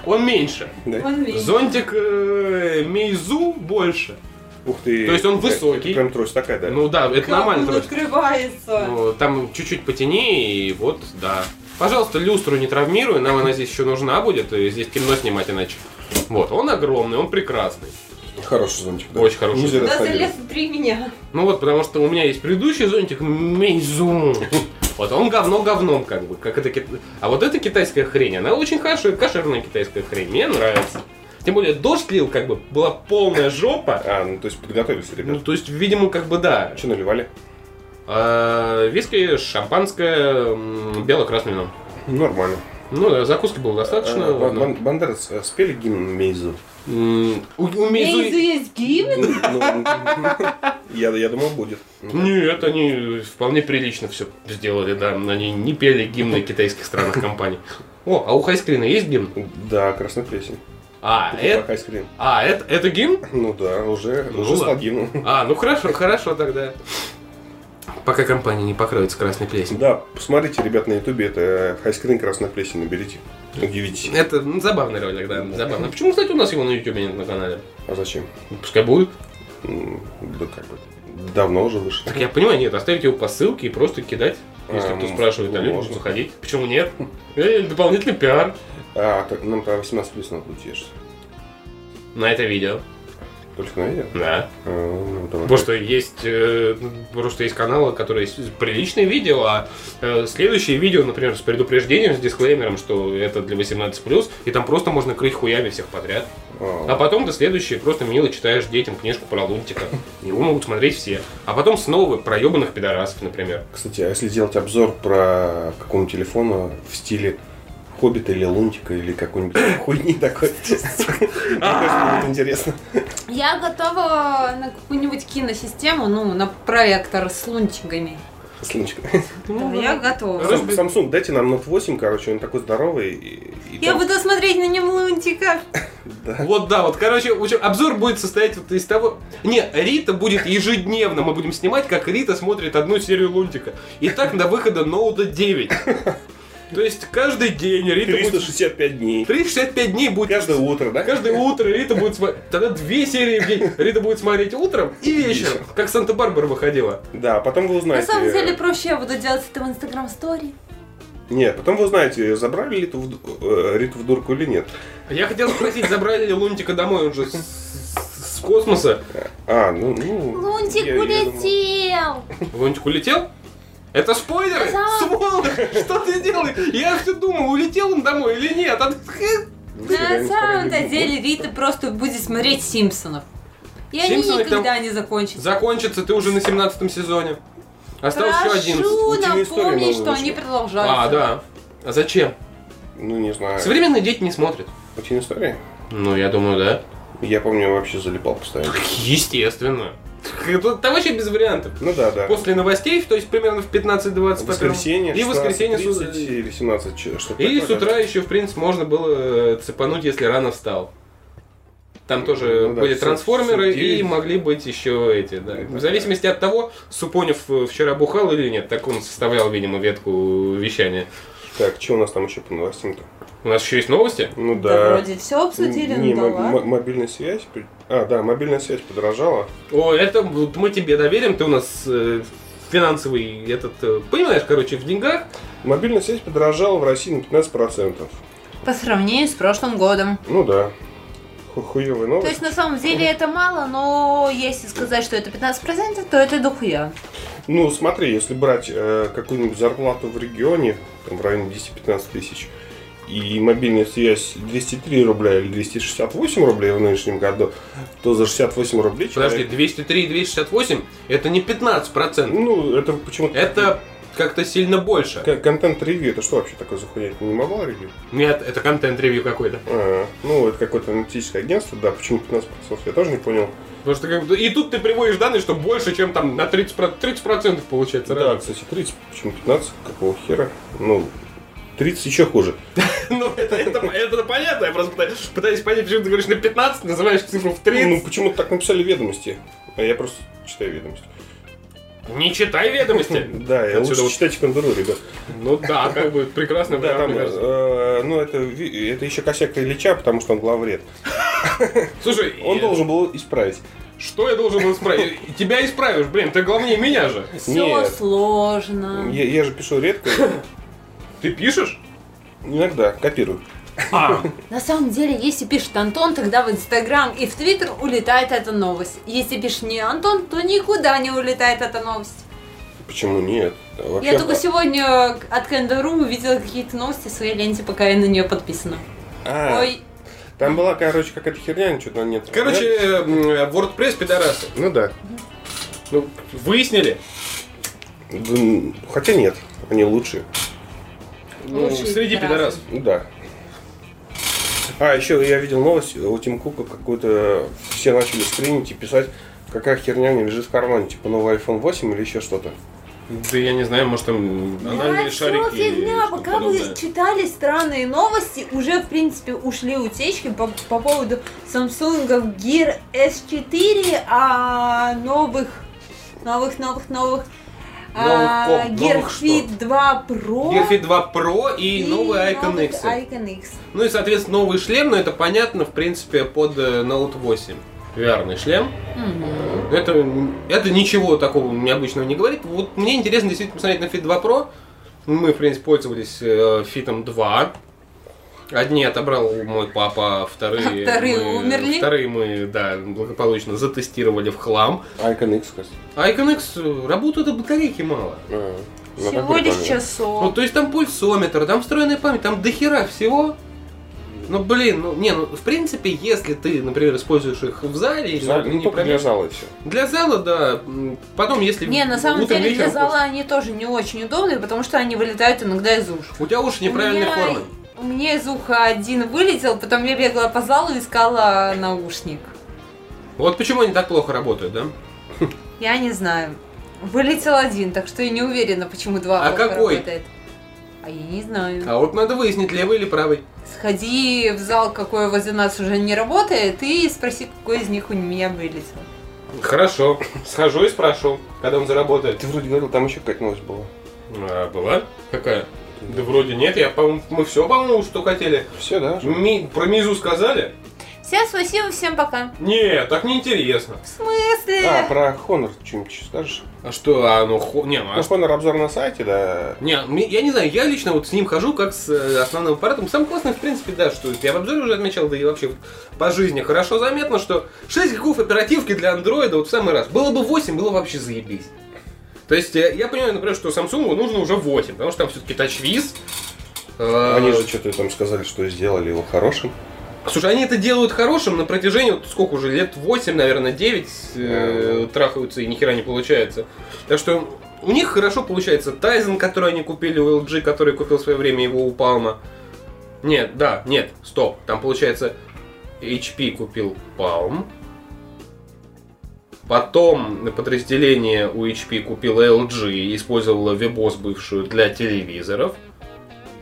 Speaker 1: Он меньше.
Speaker 3: Да?
Speaker 2: Он видит.
Speaker 1: Зонтик э, Мейзу больше.
Speaker 3: Ух ты.
Speaker 1: То есть он
Speaker 3: Это- это
Speaker 1: высокий.
Speaker 3: прям трость такая, да.
Speaker 1: Ну да, это
Speaker 2: Как
Speaker 1: нормально.
Speaker 2: он
Speaker 1: просто.
Speaker 2: открывается.
Speaker 1: Ну, там чуть-чуть потяни, и вот, да. Пожалуйста, люстру не травмируй, нам она здесь еще нужна будет, и здесь темно снимать иначе. Вот, он огромный, он прекрасный.
Speaker 3: Хороший звончик, да.
Speaker 1: Очень хороший.
Speaker 3: Нельзя
Speaker 2: Да
Speaker 3: расходиться.
Speaker 2: залез внутри меня.
Speaker 1: Ну вот, потому что у меня есть предыдущий зонтик, мейзун. Вот он говно говном, как бы. Как это кит- А вот эта китайская хрень, она очень хорошая, кошерная китайская хрень. Мне нравится. Тем более, дождь лил, как бы, была полная жопа.
Speaker 3: А, ну то есть подготовились,
Speaker 1: Ну,
Speaker 3: ребят.
Speaker 1: то есть, видимо, как бы да.
Speaker 3: Че наливали?
Speaker 1: А, виски, шампанское, м, бело-красное вино.
Speaker 3: Нормально.
Speaker 1: Ну, да, закуски было достаточно.
Speaker 3: А, Бан-
Speaker 1: но-
Speaker 3: Бан- Бандерас, а, спели гимн Мейзу?
Speaker 1: М, У, у Мейзу-
Speaker 2: Мейзу есть гимн?
Speaker 3: Ну, ну, Я я думал, будет.
Speaker 1: Нет, они вполне прилично все сделали, да. Они не пели гимны китайских странных компаний. О, а у Хайскрина есть гимн?
Speaker 3: Да, красная плесень.
Speaker 1: А, это,
Speaker 3: Хайскрин.
Speaker 1: а это, это гимн?
Speaker 3: Ну да, уже,
Speaker 1: Ну
Speaker 3: уже
Speaker 1: ладно.
Speaker 3: стал гимном.
Speaker 1: А, ну хорошо, хорошо тогда. Пока компания не покроется красной плесенью.
Speaker 3: Да, посмотрите, ребят, на ютубе это хайскрин красная плесень, наберите. Удивитесь.
Speaker 1: Это ну, забавный ролик, да, забавно. Почему, кстати, у нас его на YouTube нет на канале?
Speaker 3: А зачем?
Speaker 1: Ну, Пускай будет.
Speaker 3: М, Да как бы. Давно уже вышел.
Speaker 1: Так я понимаю, нет, оставить его по ссылке и просто кидать. Если
Speaker 3: А,
Speaker 1: кто
Speaker 3: ну,
Speaker 1: спрашивает, а люди
Speaker 3: можно.
Speaker 1: заходить. Почему нет? Э, Дополнительный пиар
Speaker 3: А, так нам тогда 18 плюс надо будет ешь.
Speaker 1: на это видео.
Speaker 3: Только на видео?
Speaker 1: Да.
Speaker 3: А, ну, давай.
Speaker 1: Потому что есть, э, потому что есть каналы, которые с- приличные видео, а э, следующие видео, например, с предупреждением, с дисклеймером, что это для 18+, и там просто можно крыть хуями всех подряд. А
Speaker 3: А,
Speaker 1: потом ты следующие просто мило читаешь детям книжку про Лунтика. Его могут смотреть все. А потом снова про ебаных пидорасов, например.
Speaker 3: Кстати, а если делать обзор про какого-нибудь телефона в стиле Хоббита или Лунтика или какой-нибудь хуйни такой. Мне будет интересно.
Speaker 2: Я готова на какую-нибудь киносистему, ну, на проектор с лунтиками.
Speaker 3: С Лунтиком.
Speaker 1: Ну,
Speaker 2: Да, я готова.
Speaker 1: Разб-
Speaker 3: Samsung, дайте нам Note 8, короче, он такой здоровый. и- и
Speaker 2: Я
Speaker 3: там-
Speaker 2: буду смотреть на нем лунтика.
Speaker 3: Да.
Speaker 1: Вот да, вот, короче, в общем, обзор будет состоять вот из того... Не, Рита будет ежедневно, мы будем снимать, как Рита смотрит одну серию Лунтика. И так до выхода Ноута 9. То есть каждый день Рита будет...
Speaker 3: 365 дней.
Speaker 1: 365 дней будет...
Speaker 3: Каждое утро, да?
Speaker 1: Каждое утро Рита будет смотреть... Тогда две серии в день Рита будет смотреть утром и вечером.
Speaker 3: Вечером.
Speaker 1: Как Санта-Барбара выходила.
Speaker 3: Да, потом вы
Speaker 2: На
Speaker 3: узнаете.
Speaker 2: самом деле проще я буду делать это в Инстаграм Стори.
Speaker 3: Нет, потом вы узнаете, забрали ли эту вд- э, Риту в дурку или нет.
Speaker 1: Я хотел спросить, забрали ли Лунтика домой, он же с, с- с космоса.
Speaker 3: А, ну... ну,
Speaker 2: Лунтик
Speaker 3: я- я думал-
Speaker 2: улетел!
Speaker 1: Лунтик улетел? Это спойлеры?
Speaker 2: Да.
Speaker 1: Сволочь, что ты делаешь? Я все думал, улетел он домой или нет. А ты-
Speaker 2: На
Speaker 3: реально
Speaker 2: самом-то
Speaker 3: справедливо.
Speaker 2: деле Рита просто будет смотреть Симпсонов. И они
Speaker 1: «Симпсоны» там-
Speaker 2: никогда не закончатся.
Speaker 1: Закончится ты уже на 17 сезоне. Осталось еще один.
Speaker 2: Прошу
Speaker 3: Утиные истории
Speaker 2: напомнить,
Speaker 3: новые
Speaker 2: что
Speaker 3: вышли.
Speaker 2: они продолжаются.
Speaker 1: А, да. А зачем?
Speaker 3: Ну, не знаю.
Speaker 1: Современные дети не смотрят.
Speaker 3: Очень история.
Speaker 1: А. Ну, я думаю, да.
Speaker 3: Я помню, вообще залипал постоянно.
Speaker 1: Естественно. Это- Там вообще без вариантов.
Speaker 3: Ну да, да.
Speaker 1: После новостей, то есть примерно в 15-20 по первому.
Speaker 3: воскресенье.
Speaker 1: И воскресенье с
Speaker 3: 16:30 или 17, чё- что-то
Speaker 1: И
Speaker 3: такое,
Speaker 1: с
Speaker 3: да.
Speaker 1: утра еще, в принципе, можно было э, цепануть, если рано встал. Там тоже
Speaker 3: Ну да,
Speaker 1: были
Speaker 3: всё-
Speaker 1: трансформеры
Speaker 3: всё
Speaker 1: и
Speaker 3: девять.
Speaker 1: могли быть еще эти, да.
Speaker 3: Да,
Speaker 1: В
Speaker 3: да.
Speaker 1: зависимости от того, Супонев э, вчера бухал или нет, так он составлял, видимо, ветку вещания.
Speaker 3: Так, что у нас там еще по новостям-то?
Speaker 1: У нас еще есть новости?
Speaker 3: Ну
Speaker 2: Да
Speaker 3: да.
Speaker 2: вроде все обсудили,
Speaker 3: Не,
Speaker 2: ну
Speaker 3: мо-
Speaker 2: да ладно.
Speaker 3: мо- мобильная связь. при- А, да, мобильная связь подорожала.
Speaker 1: О, это вот мы тебе доверим, ты у нас э, финансовый этот, э, понимаешь, короче, в деньгах.
Speaker 3: Мобильная связь подорожала в России на 15%.
Speaker 2: По сравнению с прошлым годом.
Speaker 3: Ну да. Ху- Хуёвая
Speaker 2: То
Speaker 3: новость.
Speaker 2: есть на самом деле это мало, но если сказать, что это 15%, то это дохуя.
Speaker 3: Ну, смотри, если брать э, какую-нибудь зарплату в регионе, там в районе 10-15 тысяч, и мобильная связь 203 рубля или 268 рублей в нынешнем году, то за 68 рублей
Speaker 1: Подожди,
Speaker 3: человек...
Speaker 1: 203 и 268, это не 15%,
Speaker 3: Ну, это почему-то...
Speaker 1: это как-то сильно больше.
Speaker 3: К- Контент-ревью, это что вообще такое за хуйня? Это не могла ревью?
Speaker 1: Нет, это контент-ревью какой-то.
Speaker 3: А, ну, это какое-то аналитическое агентство, да, почему 15%, я тоже не понял.
Speaker 1: Потому что как бы- и тут ты приводишь данные, что больше, чем там на 30%, 30% получается.
Speaker 3: Да,
Speaker 1: разница.
Speaker 3: кстати, 30, почему 15, какого хера? Ну, 30 еще хуже.
Speaker 1: Ну, это, это, это понятно, я просто пытаюсь, пытаюсь понять, почему ты говоришь на 15, называешь цифру в 30.
Speaker 3: Ну, почему-то так написали ведомости, а я просто читаю ведомости.
Speaker 1: не читай ведомости.
Speaker 3: Да, я
Speaker 1: Отсюда
Speaker 3: лучше
Speaker 1: вот-
Speaker 3: читайте Кондуру, ребят.
Speaker 1: Ну да, как бы прекрасно.
Speaker 3: Да, там, э, ну это, ви- это еще косяк Ильича, потому что он главред.
Speaker 1: Слушай,
Speaker 3: Он
Speaker 1: э,
Speaker 3: должен был исправить.
Speaker 1: Что я должен был исправить? Тебя исправишь, блин, ты главнее меня же.
Speaker 2: Все
Speaker 3: Нет.
Speaker 2: сложно.
Speaker 3: Я, я же пишу редко,
Speaker 1: Ты пишешь?
Speaker 3: иногда копирую.
Speaker 1: А,
Speaker 2: На самом деле, если пишет Антон, тогда в Инстаграм и в Твиттер улетает эта новость. Если пишет не Антон, то никуда не улетает эта новость.
Speaker 3: Почему нет? Вообще,
Speaker 2: Я только сегодня э, от Кендеру увидела какие-то новости в своей ленте, пока я на нее подписана.
Speaker 3: А,
Speaker 2: Ой,
Speaker 3: Там была, короче, какая-то херня, что-то нет.
Speaker 1: короче, э, м, э, WordPress пидорасы.
Speaker 3: Ну да.
Speaker 1: Ну, выяснили.
Speaker 3: Да, м, Хотя нет, они лучшие.
Speaker 1: Ну,
Speaker 2: Лучшие
Speaker 1: среди
Speaker 2: пидорасы.
Speaker 1: пидорасов.
Speaker 3: Ну Да. А, еще я видел новость, у Тим Кука какую-то... Все начали скринить и писать, какая херня мне лежит в кармане, типа новый iPhone 8 или еще что-то.
Speaker 1: Да я не знаю, может там анальные шарики.
Speaker 2: все фигня,
Speaker 1: или что-то
Speaker 2: пока вы
Speaker 1: подобное.
Speaker 2: читали странные новости, уже, в принципе, ушли утечки по, по поводу Samsung Gear S4, а новых, новых, новых, новых, а,
Speaker 1: Новых комп,
Speaker 2: Gear
Speaker 1: новых что?
Speaker 2: Fit 2 Pro
Speaker 1: Gear Fit 2 Pro и, новый Icon
Speaker 2: новых
Speaker 1: X.
Speaker 2: Icon X.
Speaker 1: Ну и, соответственно, новый шлем, но Ну, это понятно, в принципе, под э, Note 8. VR-ный шлем. Это, это ничего такого необычного не говорит. Вот мне интересно действительно посмотреть на Fit 2 Pro. Мы, в принципе, пользовались э, Fit 2. Одни отобрал мой папа, а вторые,
Speaker 2: Вторые
Speaker 1: мы,
Speaker 2: умерли.
Speaker 1: Вторые мы, да, благополучно затестировали в хлам.
Speaker 3: Icon X, кстати.
Speaker 1: А Icon X э, работают а батарейки мало.
Speaker 3: А, ну, так
Speaker 2: Всего лишь
Speaker 3: прикольно.
Speaker 1: Ну,
Speaker 2: часов.
Speaker 1: то есть там пульсометр, там встроенная память, там дохера всего. Ну, блин, ну, не, ну, в принципе, если ты, например, используешь их в зале, или на
Speaker 3: Жаль, Ну,
Speaker 1: утренней
Speaker 3: только для
Speaker 1: промежутке-
Speaker 3: зала еще.
Speaker 1: для зала, да. м, Потом, если
Speaker 2: Не, на самом
Speaker 1: утром,
Speaker 2: деле для
Speaker 1: вечером
Speaker 2: зала они тоже не очень удобные, потому что они вылетают иногда из уш.
Speaker 1: хочешь. У тебя уши неправильной
Speaker 2: У меня-
Speaker 1: формы.
Speaker 2: У меня из уха один вылетел, потом я бегала по залу и искала наушник.
Speaker 1: Вот почему они так плохо работают, да?
Speaker 2: Я не знаю. Вылетел один, так что я не уверена, почему два
Speaker 1: А
Speaker 2: плохо
Speaker 1: какой?
Speaker 2: работает. А я не знаю.
Speaker 1: А вот надо выяснить, левый или правый.
Speaker 2: Сходи в зал, какой возле нас уже не работает, и спроси, какой из них у меня вылетел.
Speaker 1: Хорошо. Схожу и спрошу, когда он заработает.
Speaker 3: Ты вроде говорил, там еще какая-то новость была.
Speaker 1: А, была? Какая? Да вроде нет, я, по-моему, мы все, по-моему, что хотели.
Speaker 3: Все, да?
Speaker 1: Ми- про Мизу сказали?
Speaker 2: Всем спасибо, всем пока.
Speaker 1: Нет, так неинтересно.
Speaker 2: В смысле?
Speaker 3: А, про Honor что-нибудь скажешь?
Speaker 1: А что, а ну, хо... не, ну, а
Speaker 3: Ну, Honor обзор на сайте, да.
Speaker 1: Не, мне- я не знаю, я лично вот с ним хожу как с э, основным аппаратом. Самое классное, в принципе, да, что я в обзоре уже отмечал, да и вообще по жизни хорошо заметно, что 6 гигов оперативки для андроида вот в самый раз. Было бы 8, было вообще заебись. То есть э, я понимаю, например, что Samsung нужно уже 8, потому что там все-таки TouchWiz. э,
Speaker 3: Они же что-то там сказали, что сделали его хорошим.
Speaker 1: Слушай, они это делают хорошим на протяжении, вот сколько уже, лет 8, наверное, 9 э, трахаются и нихера не получается. Так что у них хорошо получается Тайзен, который они купили у LG, который купил в свое время его у Палма. Нет, да, нет, стоп. Там получается HP купил Palm. Потом на подразделение у HP купил LG и использовала Вебос бывшую для телевизоров.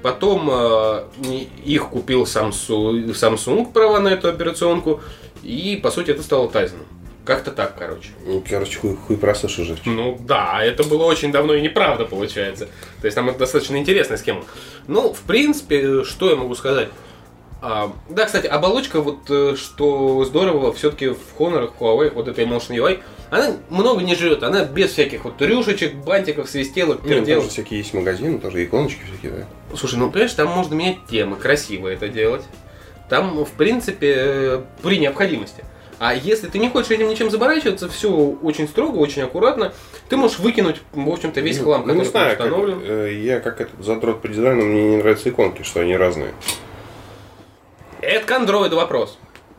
Speaker 1: Потом э, не- их купил Samsung, Samsung права на эту операционку. И, по сути, это стало Тайзеном. Как-то так, короче.
Speaker 3: Ну, короче, хуй, хуй просышь уже.
Speaker 1: Ну да, это было очень давно и неправда получается. То есть там это достаточно интересная схема. Ну, в принципе, э, что я могу сказать? А, да, кстати, оболочка, вот э, что здорово, все-таки в Honor, Huawei, вот эта Emotion UI, она много не живет, она без всяких вот рюшечек, бантиков, свистелок,
Speaker 3: Ну, там
Speaker 1: пердел.
Speaker 3: же всякие есть магазины, тоже иконочки всякие, да?
Speaker 1: Слушай, ну понимаешь, там можно менять темы, красиво это делать. Там, в принципе, э, при необходимости. А если ты не хочешь этим ничем заморачиваться, все очень строго, очень аккуратно, ты можешь выкинуть, в общем-то, весь хлам,
Speaker 3: ну,
Speaker 1: который
Speaker 3: не знаю, как,
Speaker 1: установлен.
Speaker 3: э, я как этот задрот по дизайну, мне не нравятся иконки, что они разные.
Speaker 1: Это к андроиду вопрос.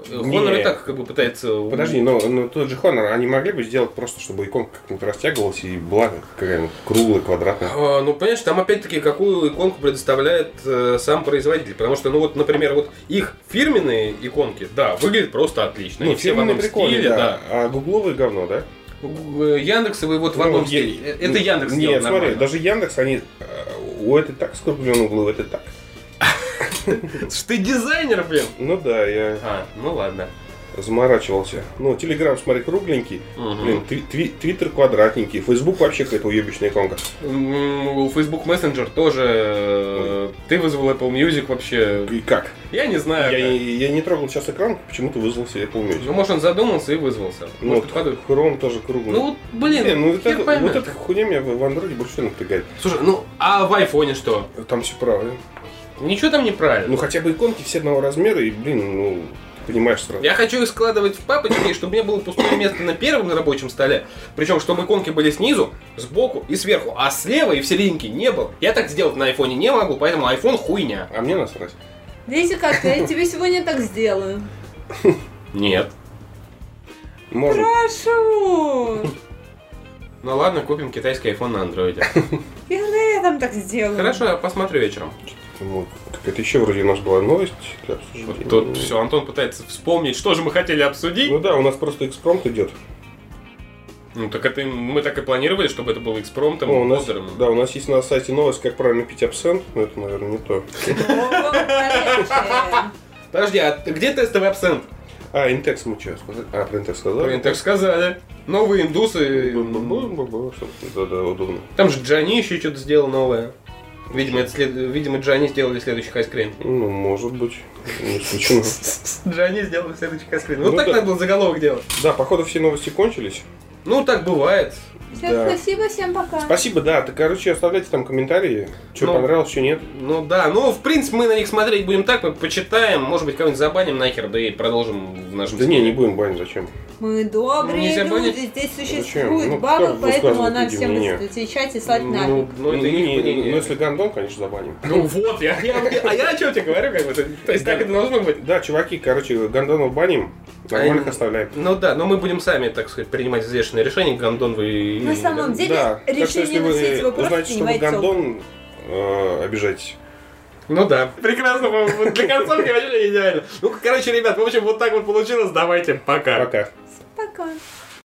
Speaker 1: Honor
Speaker 3: э, Не.
Speaker 1: и так как бы пытается...
Speaker 3: Подожди, но, но тот же Honor, они могли бы сделать просто, чтобы иконка как-нибудь растягивалась и была какая-нибудь круглая, квадратная.
Speaker 1: А, Ну, понимаешь, там опять-таки какую иконку предоставляет э, сам производитель. Потому что, ну вот, например, вот их фирменные иконки, да, выглядят просто отлично. Они Ну, все в
Speaker 3: Ну, фирменные
Speaker 1: одном
Speaker 3: прикольные,
Speaker 1: стиле, да.
Speaker 3: А гугловые говно, да?
Speaker 1: Э, Яндексовые вот в одном
Speaker 3: Ну,
Speaker 1: стиле.
Speaker 3: е-
Speaker 1: Э, Это Яндекс
Speaker 3: Нет,
Speaker 1: сделал
Speaker 3: смотри,
Speaker 1: нормально.
Speaker 3: даже Яндекс, они... э, У этой так скруглен углы, у этой так.
Speaker 1: Ты дизайнер, блин!
Speaker 3: Ну да, я...
Speaker 1: А, ну ладно.
Speaker 3: заморачивался. Ну, Телеграм, смотри, кругленький.
Speaker 1: Мгм.
Speaker 3: Блин, тви- тви- Твиттер квадратненький. Фейсбук вообще какая-то уебищная иконка.
Speaker 1: М, у Facebook Messenger тоже. э, Ты вызвал Apple Music вообще.
Speaker 3: И как?
Speaker 1: Я не знаю.
Speaker 3: Я,
Speaker 1: как.
Speaker 3: не- я не трогал сейчас экран, почему-то вызвал себе Apple Music.
Speaker 1: Ну, может, он задумался и вызвался.
Speaker 3: Ну,
Speaker 1: Может, подумал.
Speaker 3: Chrome тоже круглый.
Speaker 1: Ну, вот, блин,
Speaker 3: Не, ну вот,
Speaker 1: хер
Speaker 3: это,
Speaker 1: поймёт.
Speaker 3: вот эта хуйня меня в в андроиде больше всего напрягает.
Speaker 1: Слушай, ну, а в айфоне что?
Speaker 3: Там все правильно.
Speaker 1: Ничего там неправильно.
Speaker 3: Ну хотя бы иконки все одного размера, и, блин, ну, ты понимаешь сразу.
Speaker 1: Я хочу их складывать в папочки, чтобы у меня было пустое место на первом рабочем столе. Причем, чтобы иконки были снизу, сбоку и сверху, а слева и в серединке не было. Я так сделать на айфоне не могу, поэтому айфон хуйня.
Speaker 3: А мне насрать.
Speaker 2: Видите как, я тебе сегодня так сделаю.
Speaker 1: Нет.
Speaker 3: Можно.
Speaker 2: Прошу!
Speaker 1: Ну ладно, купим китайский айфон на андроиде.
Speaker 2: Я на этом так сделаю.
Speaker 1: Хорошо, я посмотрю вечером.
Speaker 3: Ну, какая-то еще вроде у нас была новость для обсуждения.
Speaker 1: Тут все, Антон пытается вспомнить, что же мы хотели обсудить.
Speaker 3: Ну да, у нас просто экспромт идет.
Speaker 1: Ну так это мы так и планировали, чтобы это было экспромтом,
Speaker 3: Ну, у нас,
Speaker 1: бодрым.
Speaker 3: да, у нас есть на сайте новость, как правильно пить абсент, но это, наверное, не то.
Speaker 2: О, конечно.
Speaker 1: Подожди, а ты- где тестовый абсент?
Speaker 3: А, интекс мы что, сказали? А, про интекс сказали?
Speaker 1: Блин, так сказали. Новые индусы.
Speaker 3: Бу-бу-бу-бу-бу, собственно, Да-да, удобно.
Speaker 1: Там же Джани еще что-то сделал новое. Видимо, это след- Видимо, Джани сделали следующий хайскрин.
Speaker 3: Ну, может быть. Не исключено.
Speaker 1: Джани сделали следующий хайскрин. Вот
Speaker 3: Ну
Speaker 1: так
Speaker 3: да.
Speaker 1: надо было заголовок делать.
Speaker 3: Да, походу все новости кончились.
Speaker 1: Ну, так бывает.
Speaker 2: Всем
Speaker 3: Да.
Speaker 2: спасибо, всем пока.
Speaker 3: Спасибо, да. Ты, короче, оставляйте там комментарии. Что
Speaker 1: Ну.
Speaker 3: понравилось, что нет.
Speaker 1: Ну да, ну в принципе мы на них смотреть будем так, мы почитаем, может быть кого-нибудь забаним нахер, да и продолжим в нашем
Speaker 3: Да не, не
Speaker 1: стиле.
Speaker 3: будем банить, зачем?
Speaker 2: Мы добрые
Speaker 1: Нельзя
Speaker 2: люди,
Speaker 1: понять?
Speaker 2: здесь
Speaker 3: Зачем?
Speaker 2: существует
Speaker 3: Ну, кто
Speaker 2: баба,
Speaker 3: же
Speaker 2: поэтому
Speaker 3: высказывает
Speaker 2: она
Speaker 3: люди
Speaker 2: всем
Speaker 3: мнение?
Speaker 2: будет отвечать и слать
Speaker 1: Ну,
Speaker 2: нафиг.
Speaker 1: ну, это
Speaker 3: Ну,
Speaker 1: их
Speaker 3: не-
Speaker 1: мнение.
Speaker 3: ну, если гандон, конечно, забаним.
Speaker 1: Ну вот, я, я- а я о чем тебе говорю, как бы. То то есть так это должно быть.
Speaker 3: Да, чуваки, короче, гандонов баним, нормальных
Speaker 1: А,
Speaker 3: оставляем.
Speaker 1: Ну да, но мы будем сами, так сказать, принимать взвешенные решения, Гандон вы...
Speaker 2: На самом деле
Speaker 3: Да, так что если
Speaker 2: решение на все эти
Speaker 3: вы
Speaker 2: вопросы
Speaker 3: узнаете, что вы
Speaker 2: принимает
Speaker 3: гандон, э, обижайтесь.
Speaker 1: Ну да. Прекрасно, по-моему, для концовки вообще идеально. Ну, короче, ребят, в общем, вот так вот получилось. Давайте, пока.
Speaker 3: Пока.
Speaker 2: Пока.